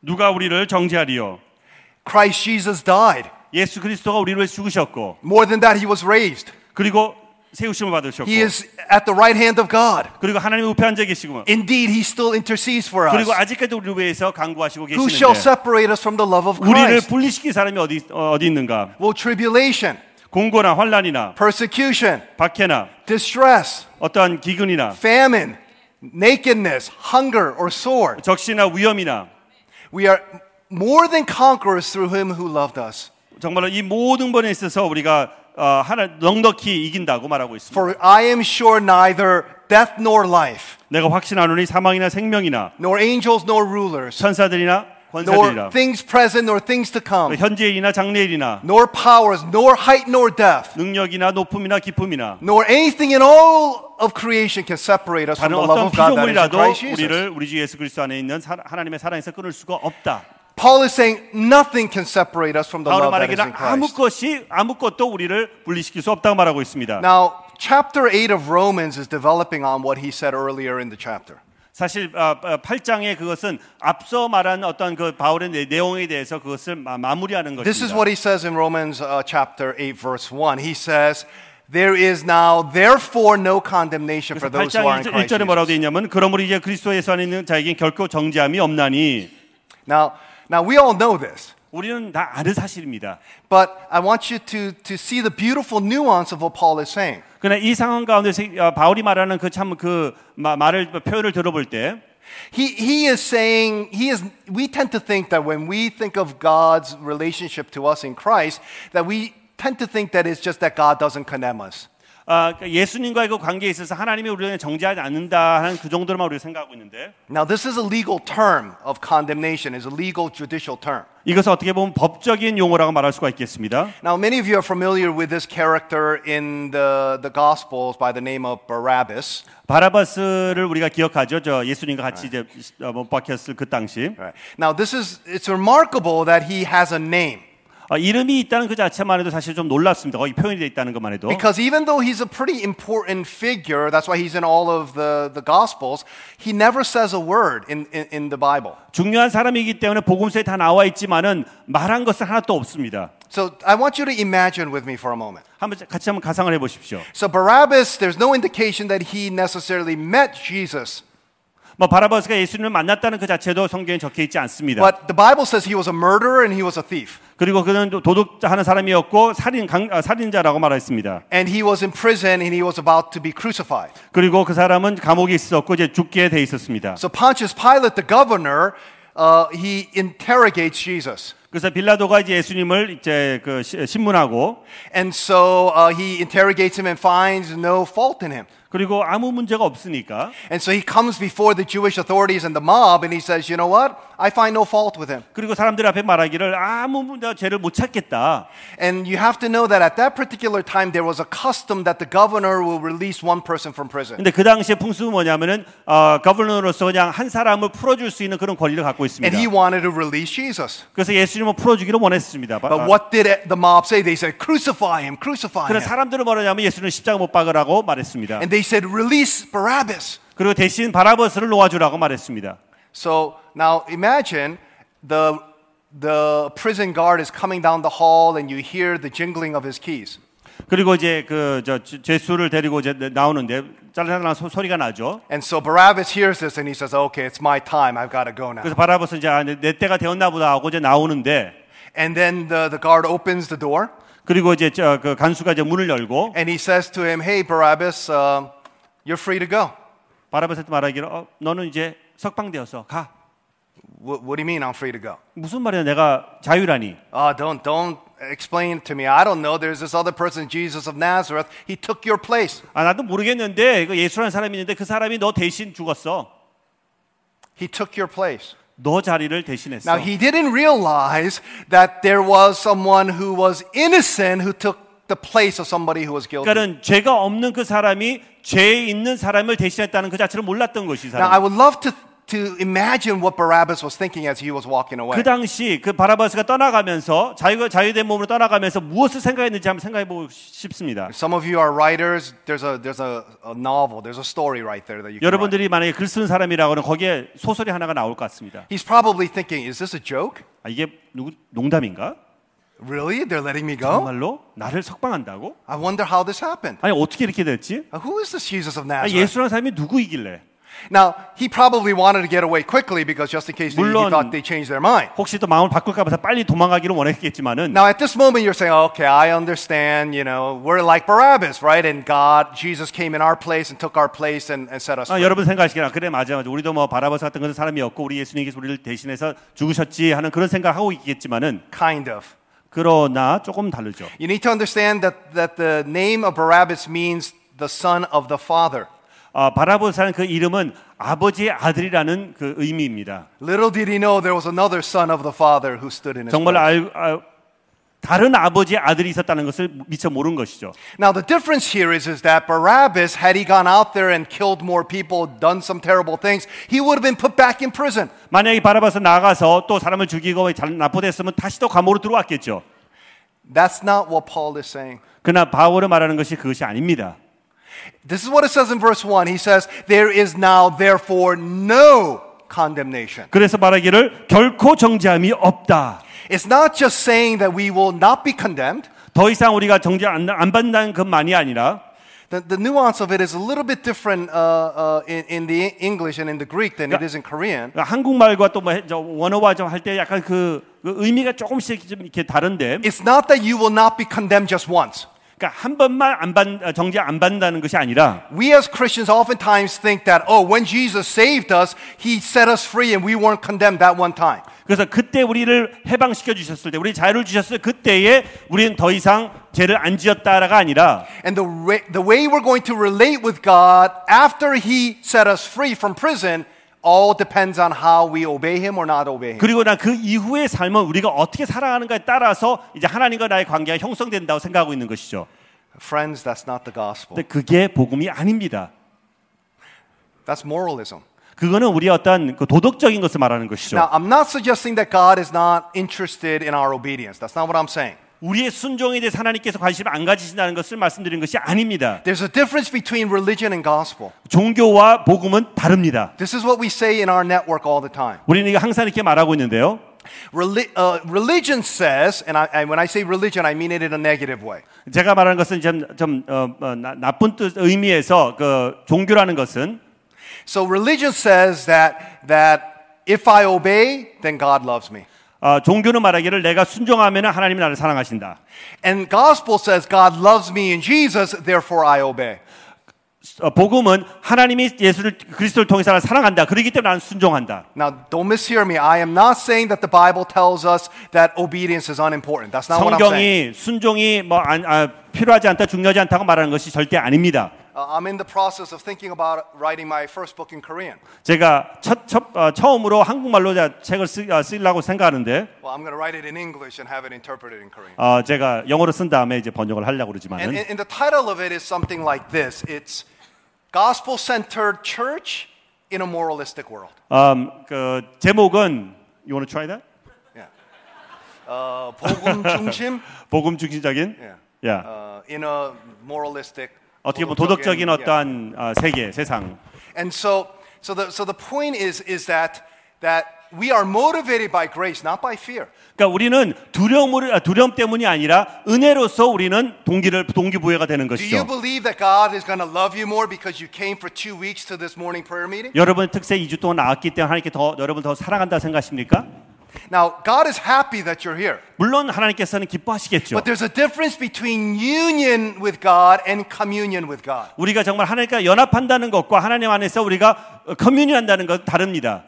B: 누가 우리를 정죄하리요?
A: Christ Jesus died.
B: 예수 그리스도가 우리를 위해 죽으셨고
A: More than that, he was raised.
B: 그리고 세우심을 받으셨고
A: He is at the right hand of God.
B: 그리고 하나님 우편 앉아 계시고
A: Indeed, he still intercedes for us.
B: 그리고 아직까지 우리를 위해서 강구하시고
A: Who shall
B: 계시는데
A: separate us from the love of
B: 우리를
A: Christ?
B: 분리시킬 사람이 어디 어, 어디 있는가?
A: Will tribulation,
B: 공고나 환란이나
A: persecution,
B: 박해나
A: distress,
B: 어떠한 기근이나
A: famine, nakedness, hunger, or sword?
B: 적시나 위험이나
A: We are more than conquerors through him who loved us.
B: 정말로 이 모든 번에 있어서 우리가 어, 하나 넉넉히 이긴다고 말하고 있습니다.
A: For I am sure neither death nor life,
B: 내가 확신하노니 사망이나 생명이나
A: nor angels nor rulers,
B: 천사들이나
A: nor
B: 권사들이나
A: things present nor things to come,
B: 현재일이나 장래일이나
A: nor powers, nor height nor depth,
B: 능력이나 높음이나 기쁨이나
A: nor anything in all of creation can separate us from
B: 다른
A: the love
B: 어떤
A: of God that is in
B: 피조물이라도
A: Christ Jesus.
B: 우리를 우리 주 예수 그리스도 안에 있는 사- 하나님의 사랑에서 끊을 수가 없다.
A: Paul is saying nothing can separate us from the
B: 바로
A: love that is
B: 말하기는
A: in
B: 아무
A: Christ.
B: 것이 아무것도 우리를 분리시킬 수 없다고 말하고 있습니다.
A: Now, chapter 8 of Romans is developing on what he said earlier in the chapter.
B: 사실 아, 아, 8장의 그것은 앞서 말한 어떤 그 바울의 내- 내용에 대해서 그것을 마, 마무리하는
A: This is
B: 것입니다.
A: what he says in Romans uh, chapter 8, verse 1. He says, There is now, therefore, no condemnation for
B: 그래서
A: those who are in
B: 8장 1,
A: Christ.
B: 절에 뭐라고
A: Jesus.
B: 되어 있냐면 그러므로 이제 그리스도 예수 안에 있는 자에겐 결코 정죄함이 없나니
A: Now, now, we all know this,
B: 우리는 다 아는 사실입니다.
A: but I want you to, to see the beautiful nuance of what Paul is saying.
B: 어, 그러나 이 상황 가운데서 이- 아, 바울이 말하는 그 참 그 말을 표현을 들어볼 때
A: He, he is saying, he is, we tend to think that when we think of God's relationship to us in Christ, that we tend to think that it's just that God doesn't condemn us.
B: 아, 그러니까 예수님과의 그 관계에 있어서 하나님이 우리를 정죄하지 않는다 하는 그 정도로만 우리가 생각하고 있는데
A: Now, this is a legal term of condemnation, it's a legal judicial term.
B: 이것은 어떻게 보면 법적인 용어라고 말할 수가 있겠습니다.
A: Now, many of you are familiar with this character in the, the Gospels by the name of Barabbas.
B: 바라바스를 우리가 기억하죠. 저 예수님과 같이 이제 어, 못 박혔을 그 당시.
A: Right. Now, this is, it's remarkable that he has a name.
B: 어, 이름이 있다는 그 자체만 해도 사실 좀 놀랐습니다. 거기 표현이 돼 있다는 것만 해도.
A: Because even though he's a pretty important figure, that's why he's in all of the, the Gospels, he never says a word in, in, in the Bible.
B: 중요한 사람이기 때문에 복음서에 다 나와 있지만은 말한 것은 하나도 없습니다.
A: So I want you to imagine with me for a moment.
B: 한번 같이 한번 가상을 해 보십시오.
A: So Barabbas, there's no indication that he necessarily met Jesus,
B: 뭐 바라바스가 예수님을 만났다는 그 자체도 성경에 적혀 있지 않습니다.
A: but the Bible says he was a murderer and he was a thief.
B: 그리고 그는 도- 도둑하는 사람이었고 살인 강, 아, 살인자라고 말했습니다.
A: And he was in prison and he was about to be crucified.
B: 그리고 그 사람은 감옥에 있었고 이제 죽게 돼 있었습니다.
A: So Pontius Pilate, the governor, uh, he interrogates Jesus.
B: 그래서 빌라도가 이제 예수님을 이제 그 시- 신문하고
A: And so uh, he interrogates him and finds no fault in him.
B: 그리고 아무 문제가 없으니까
A: And so he comes before the Jewish authorities and the mob and he says, You know what? I find no fault with him.
B: 그리고 사람들 앞에 말하기를 아무 문- 내가 죄를 못 찾겠다.
A: And you have to know that at that particular time, there was a custom that the governor will release one person from prison.
B: 근데 그 당시에 풍습은 뭐냐면은 어, 거블런으로서 그냥 한 사람을 풀어줄 수 있는 그런 권리를 갖고
A: And
B: 있습니다.
A: he wanted to release Jesus.
B: 그래서 예수님을 풀어주기를 원했습니다. 바-
A: But
B: 아,
A: what did it- the mob say? They said, Crucify him, crucify
B: 그래서
A: him.
B: 사람들은 뭐냐면 예수님 십자가 못 박으라고 말했습니다.
A: And they said, Release Barabbas.
B: 그리고 대신 바라버스를 놓아주라고 말했습니다.
A: So now imagine the, the prison guard is coming down the hall and you hear the jingling of his keys.
B: 그리고 이제 그저 죄수를 데리고 이제 나오는데 잘라나 소리가 나죠.
A: And so Barabbas hears this and he says, Okay, it's my time. I've got to go now.
B: 그래서 바라버스 이제 아, 내, 내 때가 되었나 보다 하고 이제 나오는데
A: And then the, the guard opens the door
B: 그리고 이제 저 그 간수가 이제 문을 열고
A: and he says to him, Hey, Barabbas, um, you're free to go.
B: 바라버스한테 말하기를 어, 너는 이제 석방되어서 가.
A: What, what do you mean I'm free to go?
B: 무슨 말이야 내가 자유라니.
A: Oh, don't, don't explain it to me. I don't know. There's this other person, Jesus of Nazareth. He took your place.
B: 아 나도 모르겠는데 그 예수라는 사람이 있는데 그 사람이 너 대신 죽었어.
A: He took your place.
B: 너 자리를 대신했어.
A: Now, he didn't realize that there was someone who was innocent who took the place of somebody who was guilty.
B: 그러니까는 죄가 없는 그 사람이 죄에 있는 사람을 대신했다는 그 자체를 몰랐던 것이 이
A: Now, I
B: 사람.
A: would love to, to imagine what Barabbas was thinking as he was walking
B: 그
A: away.
B: 당시 그 바라바스가 떠나가면서 자유 자유된 몸으로 떠나가면서 무엇을 생각했는지 한번 생각해 보고 싶습니다.
A: Some of you are writers. There's a, there's a, a novel, there's a story right there that you can write.
B: 여러분들이 만약에 글 쓰는 사람이라고는 거기에 소설이 하나가 나올 것 같습니다.
A: He's probably thinking, is this a joke?
B: 아, 이게 누구 농담인가?
A: Really? They're letting me
B: 어?
A: go?
B: 정말로 나를 석방한다고?
A: I wonder how this happened.
B: 아니 어떻게 이렇게 됐지?
A: Uh, Who is this Jesus of
B: 아,
A: Nazareth?
B: 예수라는 사람이 누구이길래?
A: Now, he probably wanted to get away quickly because just in case he
B: 물론-
A: thought they changed their mind.
B: 혹시 또 마음을 바꿀까 봐서 빨리 도망가기를 원했겠지만은
A: Now, at this moment, you're saying, okay, I understand, you know, we're like Barabbas, right? And God, Jesus came in our place and took our place and, and set us
B: 아,
A: free.
B: 여러분 생각하시기나 그래 맞아 맞아 우리도 뭐 바라바스 같은 그런 사람이었고 우리 예수님께서 우리를 대신해서 죽으셨지 하는 그런 생각하고 있겠지만은
A: Kind of.
B: 그러나 조금 다르죠.
A: You need to understand that, that the name of Barabbas means the son of the father.
B: 아, 바라보사는 그 이름은 아버지의 아들이라는 그 의미입니다.
A: Little did he know there was another son of the father who stood in his
B: 정말
A: place.
B: 알, 아, 다른 아버지의 아들이 있었다는 것을 미처 모른 것이죠.
A: Now, the difference here is, is that Barabbas, had he gone out there and killed more people, done some terrible things, he would have been put back in prison.
B: 만약에 바라바서 나가서 또 사람을 죽이고 잘 납포됐으면 다시 또 감옥으로 들어왔겠죠.
A: That's not what Paul is saying.
B: 그러나 바울은 말하는 것이 그것이 아닙니다.
A: This is what it says in verse 1. He says, There is now, therefore, no condemnation.
B: 그래서 말하기를 결코 정죄함이 없다.
A: It's not just saying that we will not be condemned.
B: 더 이상 우리가 정죄 안, 안 받는다는 것만이 아니라
A: The, the nuance of it is a little bit different uh, uh, in, in the English and in the Greek than it is in Korean.
B: 한국말과 또 뭐 원어와 좀 할 때 약간 그, 그 의미가 조금씩 좀 이렇게 다른데
A: It's not that you will not be condemned just once.
B: 그러니까 그러니까 한 번만 안 받, 정죄 안 받는다는 것이 아니라
A: We as Christians oftentimes think that, oh, when Jesus saved us, he set us free and we weren't condemned that one time.
B: 그래서 그때 우리를 해방시켜 주셨을 때 우리 자유를 주셨을 그때에 우리는 더 이상 죄를 안 지었다라가 아니라
A: And the, re- the way we're going to relate with God after he set us free from prison all depends on how we obey him or not obey him.
B: 그리고 난 그 이후의 삶은 우리가 어떻게 살아가는가에 따라서 이제 하나님과 나의 관계가 형성된다고 생각하고 있는 것이죠.
A: Friends, that's not the gospel.
B: 근데 그게 복음이 아닙니다.
A: That's moralism.
B: 그거는 우리 어떤 그 도덕적인 것을 말하는 것이죠.
A: Now, I'm not suggesting that God is not interested in our obedience. That's not what I'm saying.
B: 우리의 순종에 대해 하나님께서 관심을 안 가지신다는 것을 말씀드리는 것이 아닙니다.
A: There's a difference between religion and gospel.
B: 종교와 복음은 다릅니다.
A: This is what we say in our network all the time.
B: 우리는 이거 항상 이렇게 말하고 있는데요.
A: Reli- uh, religion says, and, I, and when I say religion, I mean it in a negative way.
B: 제가 말하는 것은 좀, 좀 어, 어, 나, 나쁜 뜻 의미에서 그 종교라는 것은
A: So religion says that, that if I obey, then God loves me.
B: 어, 종교는 말하기를 내가 순종하면 하나님이 나를 사랑하신다.
A: And gospel says God loves me in Jesus, therefore I obey.
B: 어, 복음은 하나님이 예수를 그리스도를 통해서 나를 사랑한다. 그렇기 때문에 나는 순종한다.
A: Now, don't mishear me. I am not saying that the Bible tells us that obedience is unimportant. That's not what I'm saying.
B: 성경이 순종이 뭐 안- 아, 필요하지 않다, 중요하지 않다고 말하는 것이 절대 아닙니다.
A: Uh, I'm in the process of thinking about writing my first book in Korean.
B: 제가 첫, 첫, 어, 처음으로 한국말로 자- 책을 쓰, 어, 쓰려고 생각하는데
A: Well, I'm going to write it in English and have it interpreted in Korean.
B: 어, 제가 영어로 쓴 다음에 이제 번역을 하려고
A: And,
B: 그러지만은
A: and, and the title of it is something like this it's Gospel Centered Church in a Moralistic World.
B: Uh. 음, 그 제목은 You wanna try that?
A: Uh, 복음 중심,
B: 복음 중심적인
A: 예.
B: 야.
A: uh, in a moralistic.
B: 어떻게 보면
A: 도덕적인,
B: 도덕적인
A: yeah.
B: 어떠한 어, 세계, 세상.
A: And so, so the, so the point is, is that, that we are motivated by grace, not by fear.
B: 그러니까 우리는 두려움을 아, 두려움 때문이 아니라 은혜로서 우리는 동기를 동기부여가 되는
A: Do you
B: 것이죠.
A: believe that God is going to love you more because you came for two weeks to this morning prayer meeting?
B: 여러분 특세 2주 동안 나왔기 때문에 하나님께 더 여러분 더 사랑한다 생각하십니까?
A: Now, God is happy that you're here.
B: 물론 하나님께서는 기뻐하시겠죠.
A: But there's a difference between union with God and communion with God.
B: 우리가 정말 하나님과 연합한다는 것과 하나님 안에서 우리가 어, 커뮤니한다는 것은 다릅니다.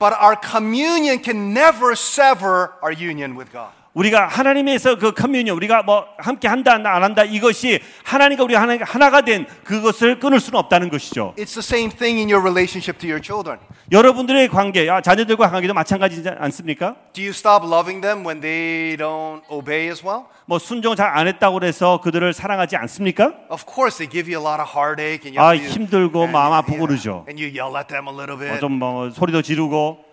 A: But our communion can never sever our union with God.
B: 우리가 하나님에서 그 커뮤니 우리가 뭐 함께 한다 안 한다 이것이 하나님과 우리 하나, 하나가 된 그것을 끊을 수는 없다는 것이죠.
A: It's the same thing in your relationship to your children.
B: 여러분들의 관계, 아, 자녀들과 관계도 마찬가지지 않습니까?
A: Do you stop loving them when they don't obey as well?
B: 뭐 순종 잘 안 했다고 그래서 그들을 사랑하지 않습니까? 뭐
A: Of course, they give you a lot of heartache and you
B: 아
A: have to-
B: 힘들고
A: and,
B: 마음 아프고
A: yeah,
B: 그러죠.
A: and you yell at them a little bit.
B: 좀 뭐 소리도 지르고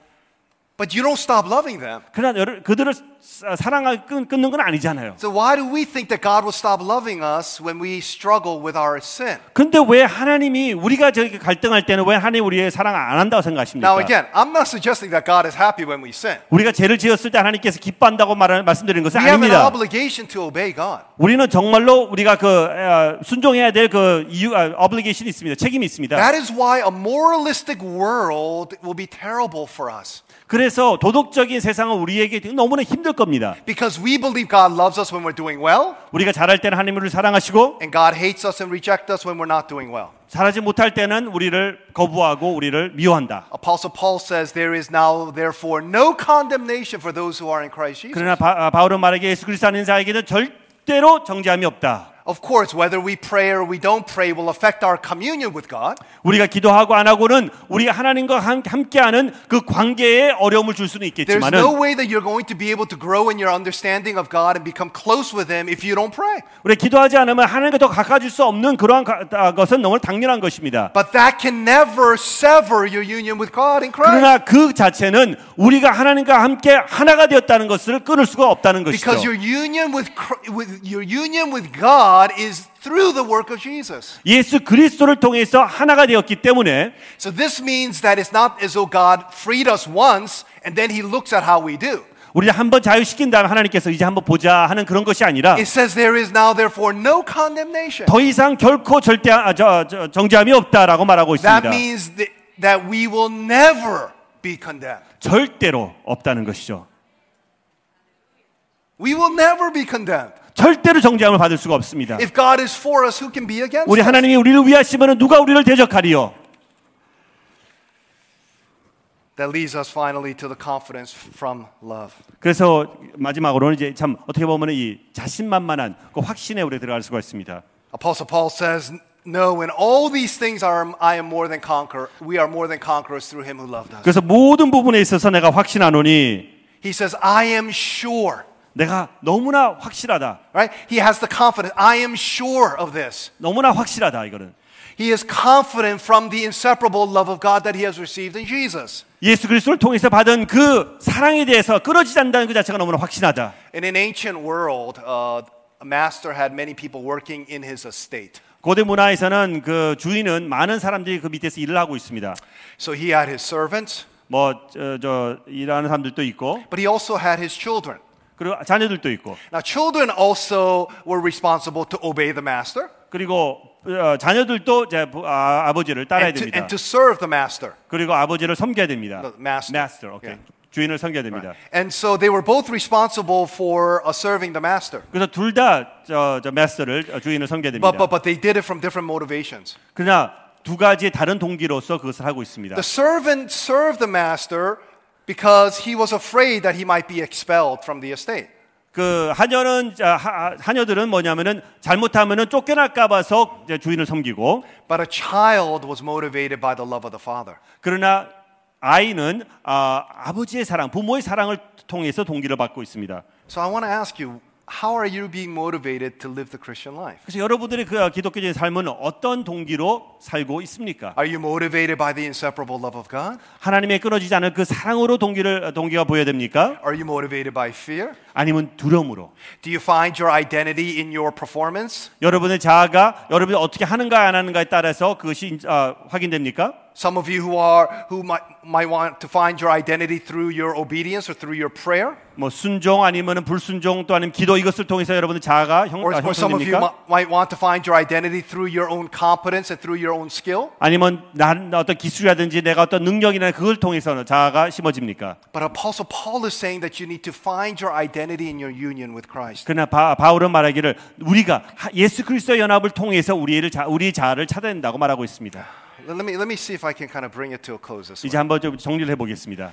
A: But you don't stop loving them.
B: 그러나 여러- 그들을 사- 사랑하기 끊- 끊는 건 아니잖아요.
A: So why do we think that God will stop loving us when we struggle with our sin?
B: 근데 왜 하나님이 우리가 저렇게 갈등할 때는 왜 하나님 우리의 사랑 안 한다고 생각하십니까?
A: Now again, I'm not suggesting that God is happy when we sin.
B: 우리가 죄를 지었을 때 하나님께서 기뻐한다고 말하, 말씀드리는 것은
A: We have an
B: 아닙니다.
A: obligation to obey God.
B: 우리는 정말로 우리가 그 어, 순종해야 될 그 이유, 어블리게이션이 있습니다. 책임이 있습니다.
A: That is why a moralistic world will be terrible for us.
B: 그래서 도덕적인 세상은 우리에게 너무나 힘들 겁니다.
A: Because we believe God loves us when we're doing well,
B: 우리가 잘할 때는 하나님을 사랑하시고
A: and God hates us and rejects us when we're not doing well.
B: 잘하지 못할 때는 우리를 거부하고 우리를 미워한다.
A: Apostle Paul says, There is now, therefore, no condemnation for those who are in Christ Jesus.
B: 그러나 바, 아, 바울은 말하기에 예수 그리스도 아닌 자에게는 절대로 정죄함이 없다.
A: Of course, whether we pray or we don't pray will affect our communion with God.
B: 우리가 기도하고 안 하고는 우리 하나님과 함- 함께하는 그 관계에 어려움을 줄 수는
A: There's
B: 있겠지만은
A: no way that you're going to be able to grow in your understanding of God and become close with Him if you don't pray.
B: 우리 기도하지 않으면 하나님과 더 가까워질 수 없는 그러한 가- 아, 것은 너무 당연한 것입니다.
A: But that can never sever your union with God in Christ.
B: 그러나 그 자체는 우리가 하나님과 함께 하나가 되었다는 것을 끊을 수가 없다는
A: Because your
B: 것이죠.
A: union with, Chr- with your union with God is through the work of Jesus.
B: 예수 그리스도를 통해서 하나가 되었기 때문에
A: So this means that it's not as though God freed us once and then he looks at how we do.
B: 우리를 한번 자유시킨 다음에 하나님께서 이제 한번 보자 하는 그런 것이 아니라
A: It says there is now therefore no condemnation.
B: 더 이상 결코 절대 아, 저, 저, 정죄함이 없다라고 말하고
A: That
B: 있습니다.
A: means that, that we will never be condemned.
B: 절대로 없다는 것이죠.
A: We will never be condemned.
B: 절대로 정죄함을 받을 수가 없습니다.
A: If God is for us, who can be against
B: 우리
A: us?
B: 하나님이 우리를 위하시면 누가 우리를 대적하리요?
A: That leads us finally to the confidence from love.
B: 그래서 마지막으로는 이제 참 어떻게 보면 이 자신만만한 그 확신에 우리 들어갈 수가 있습니다.
A: Apostle Paul says, No, in all these things are, I am more than conqueror. We are more than conquerors through him who loved us.
B: 그래서 모든 부분에 있어서 내가 확신하노니
A: He says, I am sure.
B: 내가 너무나 확실하다.
A: Right? He has the confidence. I am sure of this.
B: 너무나 확실하다 이거는.
A: He is confident from the inseparable love of God that he has received in Jesus.
B: 예수 그리스도를 통해서 받은 그 사랑에 대해서 끊어지지 않는다는 그 자체가 너무나 확신하다.
A: In an ancient world, uh, a master had many people working in his estate.
B: 고대 문화에서는 그 주인은 많은 사람들이 그 밑에서 일을 하고 있습니다.
A: So he had his servants,
B: 뭐저 저, 일하는 사람들도 있고
A: but he also had his children.
B: 그리고 자녀들도 있고
A: Now, children also were responsible to obey the master
B: 그리고 어, 자녀들도 이제 부- 아, 아버지를 따라야
A: and to,
B: 됩니다.
A: and to serve the master.
B: 그리고 아버지를 섬겨야 됩니다.
A: No, master.
B: 오케이.
A: Yeah.
B: 주인을 섬겨야 됩니다.
A: And so they were both responsible for uh, serving the master.
B: 그래서 둘 다 저, 저 마스터를 어, 주인을 섬겨야 됩니다.
A: But, but, but they did it from different motivations.
B: 그러나 두 가지 다른 동기로서 그것을 하고 있습니다.
A: The servant served the master because he was afraid that he might be expelled from the estate.
B: 그 하녀는 자, 하, 하녀들은 뭐냐면은 잘못하면은 쫓겨날까 봐서 이제 주인을 섬기고
A: But a child was motivated by the love of the father.
B: 그러나 아이는 아, 아버지의 사랑, 부모의 사랑을 통해서 동기를 받고 있습니다.
A: So I want to ask you, how are you being motivated to live the Christian life?
B: 그래서 여러분들의 그 기독교적인 삶은 어떤 동기로 살고 있습니까?
A: Are you motivated by the inseparable love of God?
B: 하나님의 끊어지지 않을 그 사랑으로 동기를 동기가 보여야 됩니까?
A: Are you motivated by fear?
B: 아니면 두려움으로?
A: Do you find your identity in your performance?
B: 여러분의 자아가 여러분이 어떻게 하는가 안 하는가에 따라서 그것이 인- 아, 확인됩니까?
A: Some of you who are who might, might want to find your identity through your obedience or through your prayer,
B: 뭐 순종 아니면 불순종 또 아니면 기도 이것을 통해서 여러분의 자아가 형,
A: or,
B: 아,
A: or some of you
B: 형성됩니까?
A: mi- might want to find your identity through your own competence and through your own skill.
B: 아니면 난 어떤 기술이라든지 내가 어떤 능력이나 그걸 통해서 자아가 심어집니까?
A: But Apostle Paul is saying that you need to find your identity in your union with Christ.
B: 그러나 바, 바울은 말하기를 우리가 하- 예수 그리스도의 연합을 통해서 우리를 자, 우리 자아를 찾아야 된다고 말하고 있습니다.
A: Let let me let me see if I can kind of bring it to a close this way.
B: 이제 한번 좀 정리를 해보겠습니다.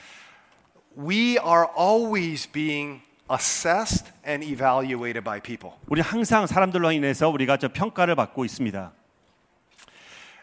A: We are always being assessed and evaluated by people.
B: 우리 항상 사람들로 인해서 우리가 저 평가를 받고 있습니다.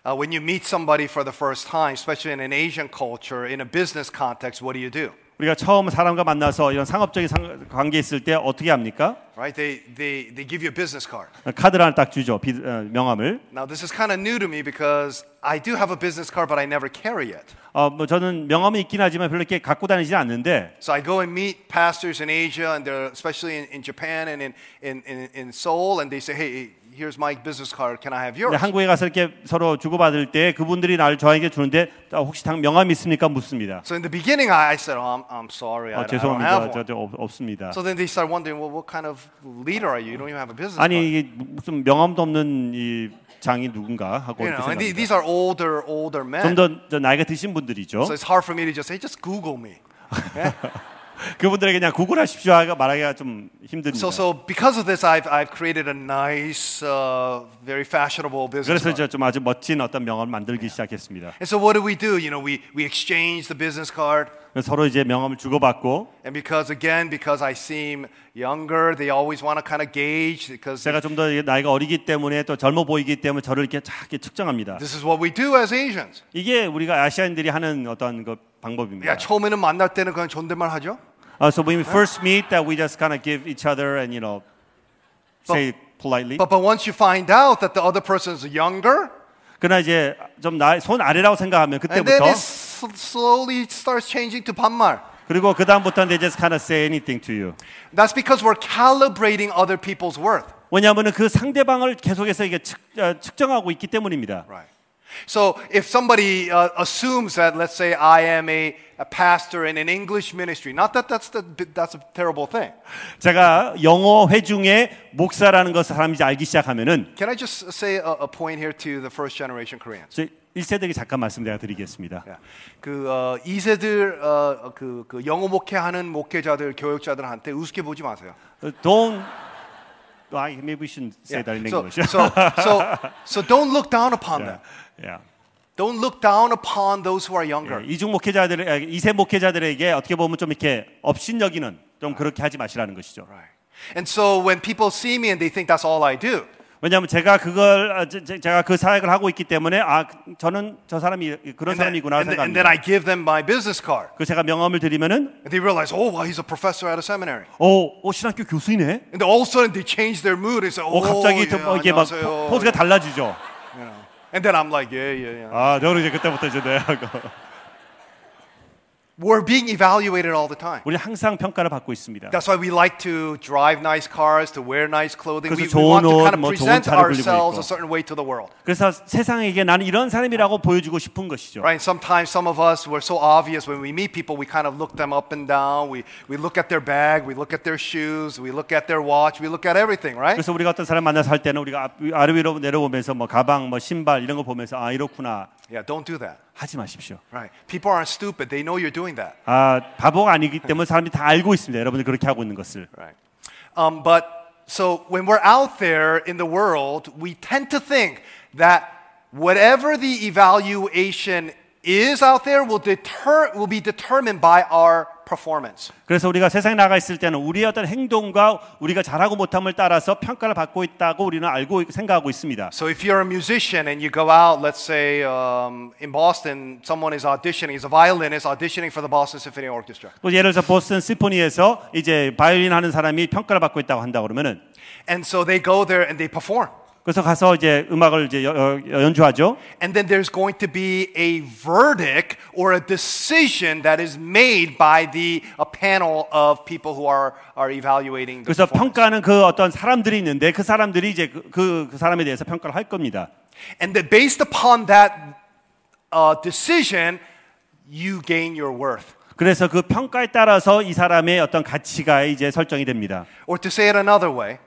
A: Uh, when you meet somebody for the first time, especially in an Asian culture, in a business context, what do you do?
B: 우리가 처음 사람과 만나서 이런 상업적인 상- 관계 있을 때 어떻게 합니까?
A: Right? They, they, they give you a business card.
B: 카드를 하나 딱 주죠. 비- 어, 명함을.
A: Now, this is kind of new to me because I do have a business card, but I never carry it.
B: 어, 뭐 저는 명함이 있긴 하지만 별로 이렇게 갖고 다니진 않는데
A: So I go and meet pastors in Asia, and they're especially in, in Japan and in, in, in, in Seoul, and they say, hey, here's my business card. Can I have
B: 근데
A: yours?
B: 한국에 가서 이렇게 서로 주고받을 때 그분들이 나를 저에게 주는데 아, 혹시 당 명함 있습니까? 묻습니다.
A: So in the beginning, I, I said, oh, I'm, I'm sorry. I,
B: 아,
A: don't- I don't have
B: 죄송합니다. 저,
A: one.
B: 저 없, 없습니다.
A: So then they start wondering, well, what kind of leader are you? You don't even have a business card.
B: 아니 이게 무슨 명함도 없는 이 장이 누군가 하고
A: You
B: 이렇게
A: know, and the-
B: 생각합니다.
A: these are older, older men.
B: 좀더 저 나이가 드신 분들이죠.
A: So it's hard for me to just say, just Google me.
B: 그분들에게 그냥 구글하십시오 하가 말하기가 좀 힘듭니다.
A: So, so because of this, I've, I've created a nice, uh, very fashionable business. Card.
B: 그래서 저 좀 아주 멋진 어떤 명함을 만들기 시작했습니다.
A: And so what do we do? You know, we, we exchange the business card.
B: 그래서 서로 이제 명함을 주고받고
A: And because, again, because I seem younger, they always want to kind of gauge because
B: 제가 좀 더 나이가 어리기 때문에 또 젊어 보이기 때문에 저를 이렇게 쫙 이렇게 측정합니다.
A: this is what we do as Asians.
B: 이게 우리가 아시안들이 하는 어떤 그 방법입니다.
A: 야, 처음에는 만날 때는 그냥 존댓말 하죠.
B: Uh, so when we first meet, that we just kind of give each other and you know say politely.
A: But, but once you find out that the other person is younger,
B: 그러나 이제 좀손 아래라고 생각하면
A: and then
B: 그때부터
A: it s- slowly starts changing to 반말.
B: 그리고 그 다음부터는 they just kind of say anything to you.
A: That's because we're calibrating other people's worth.
B: 왜냐하면 그 상대방을 계속해서 이게 측, 어, 측정하고 있기 때문입니다.
A: Right. So if somebody uh, assumes that, let's say, I am a, a pastor in an English ministry, not that that's, the, that's a terrible thing.
B: 제가 영어 회중의 목사라는 것을 사람이 이제 알기 시작하면은
A: Can I just say a, a point here to the first generation Koreans?
B: 저 1세대에게 잠깐 말씀 내가 드리겠습니다.
A: Yeah. 그 어, 2세들 어, 그, 그 영어 목회하는 목회자들, 교육자들한테 우습게 보지 마세요.
B: Uh, Don't I maybe shouldn't say that in
A: So,
B: English.
A: so, so, so don't look down upon them.
B: yeah.
A: Don't look down upon those who are younger.
B: 네, 이중 목회자들 아, 이세 목회자들에게 어떻게 보면 좀 이렇게 업신여기는 좀 그렇게 하지 마시라는 것이죠.
A: Right. And so when people see me and they think that's all I do,
B: 왜냐하면 제가 그걸 아, 제- 제- 제가 그 사역을 하고 있기 때문에 아 그- 저는 저 사람이
A: and then,
B: 그런 사람이구나
A: and then- and then I
B: 생각합니다.
A: give them my business card,
B: 그 제가 명함을 드리면은
A: and they realize, oh, wow, he's a professor at a seminary.
B: 어, 어 신학교 교수이네.
A: And then all of a sudden they change their mood and say,
B: 어
A: oh,
B: 갑자기
A: yeah,
B: 또 뭐 이게 막
A: 안녕하세요.
B: 포- 포즈가 달라지죠.
A: You know. And then I'm like, yeah, yeah, yeah.
B: 아 저는 이제 그때부터 이제 내가
A: We're being evaluated all the time.
B: 우리 항상 평가를 받고 있습니다.
A: That's why we like to drive nice cars, to wear nice clothing. We,
B: 그래서
A: we want to
B: 좋은
A: kind of
B: 옷, 뭐 좋은
A: present
B: 차를 빌리고
A: ourselves
B: 있고.
A: a certain way to the world.
B: 그래서 세상에게 나는 이런 사람이라고 보여주고 싶은 것이죠.
A: Right? And sometimes some of us, we're so obvious when we meet people, we kind of look them up and down. We, we look at their bag, we look at their shoes, we look at their watch, we look at everything, right?
B: 그래서 우리가 어떤 사람 만나서 할 때는 우리가 앞- 위- 아래 위로 내려보면서 뭐 가방, 뭐 신발 이런 거 보면서 아 이렇구나
A: Yeah, don't do that.
B: 하지 마십시오.
A: Right? People aren't stupid. They know you're doing that.
B: 아 바보가 아니기 때문에 사람들이 다 알고 있습니다. 여러분들 그렇게 하고 있는 것을.
A: Right. Um, but so when we're out there in the world, we tend to think that whatever the evaluation is out there will, deter, will be determined by our performance.
B: 그래서 우리가 세상에 나가 있을 때는 우리의 어떤 행동과 우리가 잘하고 못함을 따라서 평가를 받고 있다고 우리는 알고 생각하고 있습니다.
A: So if you're a musician and you go out, let's say um, in Boston, someone is auditioning, is a violinist auditioning for the Boston Symphony Orchestra.
B: 또 예를 들어서 보스턴 시포니에서 이제 바이올린 하는 사람이 평가를 받고 있다고 한다 그러면은
A: And so they go there and they perform.
B: 그래서 가서 이제 음악을 이제 여- 여- 연주하죠.
A: And then there's going to be a verdict or a decision that is made by the a panel of people who are, are evaluating the
B: 그래서
A: performance.
B: 평가하는 그 어떤 사람들이 있는데 그 사람들이 이제 그, 그, 그 사람에 대해서 평가를 할 겁니다.
A: And then based upon that uh, decision, you gain your worth.
B: 그래서 그 평가에 따라서 이 사람의 어떤 가치가 이제 설정이 됩니다.
A: Or to say it another way,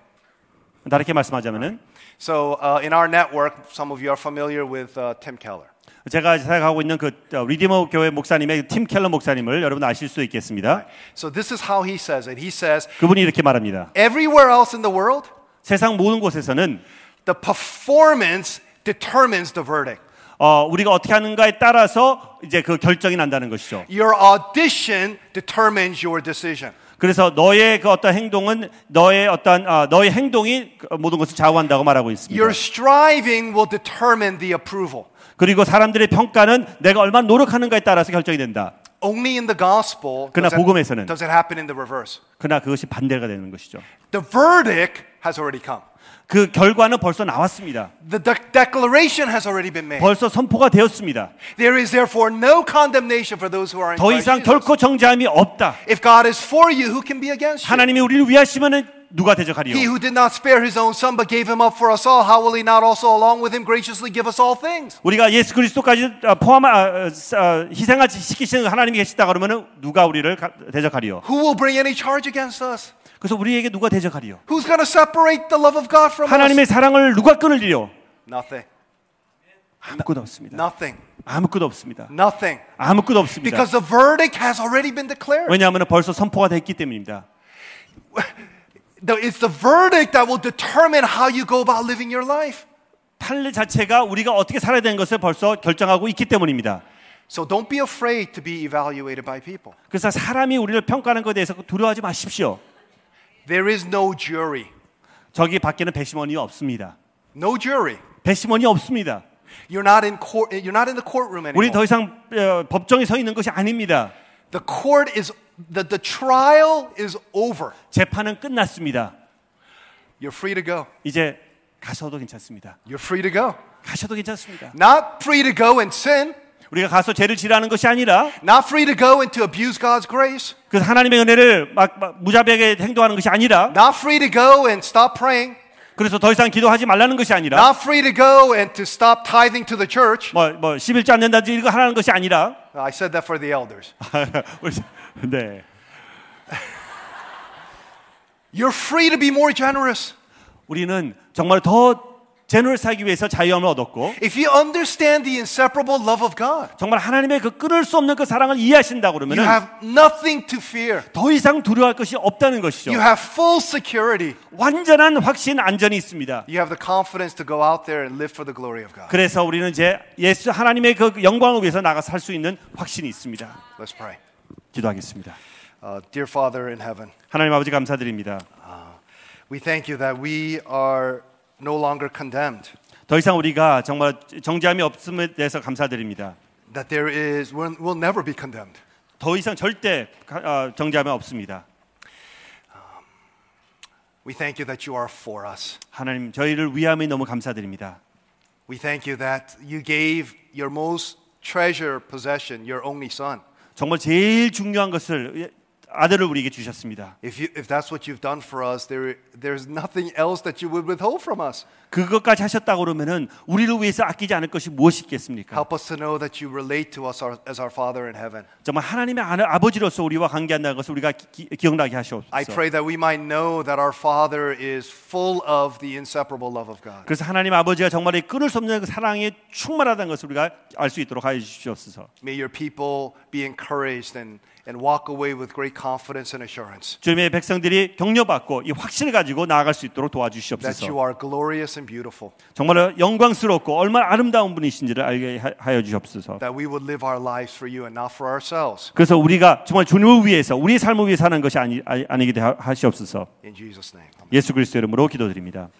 B: 다르게 말씀하자면은
A: so uh, in our network, some of you are familiar with uh, Tim Keller.
B: 제가 생각하고 있는 그 어, 리디머 교회 목사님의 팀 켈러 목사님을 여러분 아실 수 있겠습니다.
A: So this is how he says it. He says,
B: 그분이 이렇게 말합니다.
A: everywhere else in the world,
B: 세상 모든 곳에서는
A: the performance determines the verdict.
B: 어, 우리가 어떻게 하는가에 따라서 이제 그 결정이 난다는 것이죠.
A: Your audition determines your decision.
B: 그래서 너의 그 어떤 행동은 너의 어떤 어, 너의 행동이 그 모든 것을 좌우한다고 말하고 있습니다.
A: Your striving will determine the approval.
B: 그리고 사람들의 평가는 내가 얼마나 노력하는가에 따라서 결정이 된다.
A: Only in the gospel
B: 그러나
A: does it-
B: 복음에서는.
A: does it happen in the reverse.
B: 그러나 그것이 반대가 되는 것이죠.
A: The verdict has already come.
B: 그 결과는 벌써 나왔습니다.
A: The de- declaration has already been made.
B: 벌써 선포가 되었습니다.
A: There is therefore no condemnation for those who are in
B: 더
A: Christ
B: 이상
A: Jesus.
B: 결코 정죄함이 없다.
A: If God is for you, who can be against you?
B: 하나님이 우리를 위하시면은 누가
A: He
B: 대적하리요?
A: who did not spare his own son but gave him up for us all, how will he not also along with him graciously give us all things?
B: 우리가 예수 그리스도까지 아, 포함 아, 희생하지 시키시는 하나님이 계시다 그러면은 누가 우리를 가- 대적하리요?
A: Who will bring any charge against us?
B: 그래서 우리에게 누가 대적하리요?
A: Who's going to separate the love of God from us?
B: 하나님의 사랑을 누가 끊으리요?
A: Nothing.
B: 아무것도 없습니다.
A: Nothing.
B: 아무것도 없습니다.
A: Nothing.
B: 아무것도 없습니다.
A: Because the verdict has already been declared.
B: 왜냐하면 벌써 선포가 됐기 때문입니다.
A: The- It's the verdict that will determine how you go about living your life.
B: 판례 자체가 우리가 어떻게 살아야 되는 것을 벌써 결정하고 있기 때문입니다.
A: So don't be afraid to be evaluated by people.
B: 그래서 사람이 우리를 평가하는 것에 대해서 두려워하지 마십시오.
A: There is no jury.
B: 저기 밖에는 배심원이 없습니다.
A: No jury.
B: 배심원이 없습니다.
A: You're not in court you're not in the courtroom
B: 우리 더
A: anymore.
B: 이상 어, 법정에 서 있는 것이 아닙니다.
A: The court is the, the trial is over.
B: 재판은 끝났습니다.
A: You're free to go.
B: 이제 가셔도 괜찮습니다.
A: You're free to go.
B: 가셔도 괜찮습니다.
A: Not free to go and sin,
B: 우리가 가서 죄를 지라는 것이 아니라
A: not free to go and to abuse God's grace,
B: 그 하나님의 은혜를 막, 막 무자비하게 행동하는 것이 아니라
A: not free to go and stop praying.
B: 그 그래서 더 이상 기도하지 말라는 것이 아니라
A: Not free to go and to stop tithing to the church.
B: 뭐 뭐 11조 안 낸다든지 이거 하라는 것이 아니라
A: I said that for the elders.
B: 우리- 네.
A: You're free to be more generous.
B: 우리는 정말 더 제너럴하기 위해서 자유함을 얻었고
A: If you understand the inseparable love of God,
B: 정말 하나님의 그 끊을 수 없는 그 사랑을 이해하신다
A: you
B: 그러면은
A: have nothing to fear.
B: 더 이상 두려워할 것이 없다는 것이죠.
A: You have full security.
B: 완전한 확신 안전이 있습니다.
A: You have the confidence to go out there and live for the glory of God.
B: 그래서 우리는 이제 예수 하나님의 그 영광을 위해서 나가 살 수 있는 확신이 있습니다.
A: Let's pray.
B: 기도하겠습니다.
A: Uh, dear Father in heaven,
B: 하나님 아버지 감사드립니다.
A: we thank you that we are no longer condemned.
B: 더 이상 우리가 정말 정죄함이 없음에 대해서 감사드립니다.
A: That there is, we'll we'll never be condemned.
B: 더 이상 절대 가- 어, 정죄함이 없습니다.
A: We thank you that you are for us.
B: 하나님 저희를 위함이 너무 감사드립니다.
A: We thank you that you gave your most treasured possession, your only son.
B: 정말 제일 중요한 것을 아들을 우리에게 주셨습니다.
A: If, you, if that's what you've done for us, there, there's nothing else that you would withhold from us.
B: 그것까지 하셨다고 그러면은 우리를 위해서 아끼지 않을 것이 무엇이 있겠습니까?
A: Help us to know that you relate to us our- as our Father in heaven.
B: 정말 하나님의 아는 아버지로서 우리와 관계한다는 것을 우리가 기, 기, 기억나게
A: I
B: 하시옵소서.
A: pray that we might know that our Father is full of the inseparable love of God.
B: 그래서 하나님 아버지가 정말 이 끊을 수 없는 그 사랑에 충만하다는 것을 우리가 알 수 있도록 하여 주시옵소서.
A: May your people be encouraged and, and walk away with great confidence and assurance
B: 주님의 백성들이 격려받고 이 확신을 가지고 나아갈 수 있도록
A: that you
B: 도와주시옵소서.
A: are glorious and beautiful,
B: 정말 영광스럽고 얼마나 아름다운 분이신지를 알게 하- 하여 주시옵소서.
A: that we would live our lives for you and not for ourselves.
B: 그래서 우리가 정말 주님을 위해서 우리의 삶을 위해 사는 것이 아니, 아니, 아니게 되- 하시옵소서.
A: In Jesus' name. Amen.
B: 예수 그리스도 이름으로 기도드립니다.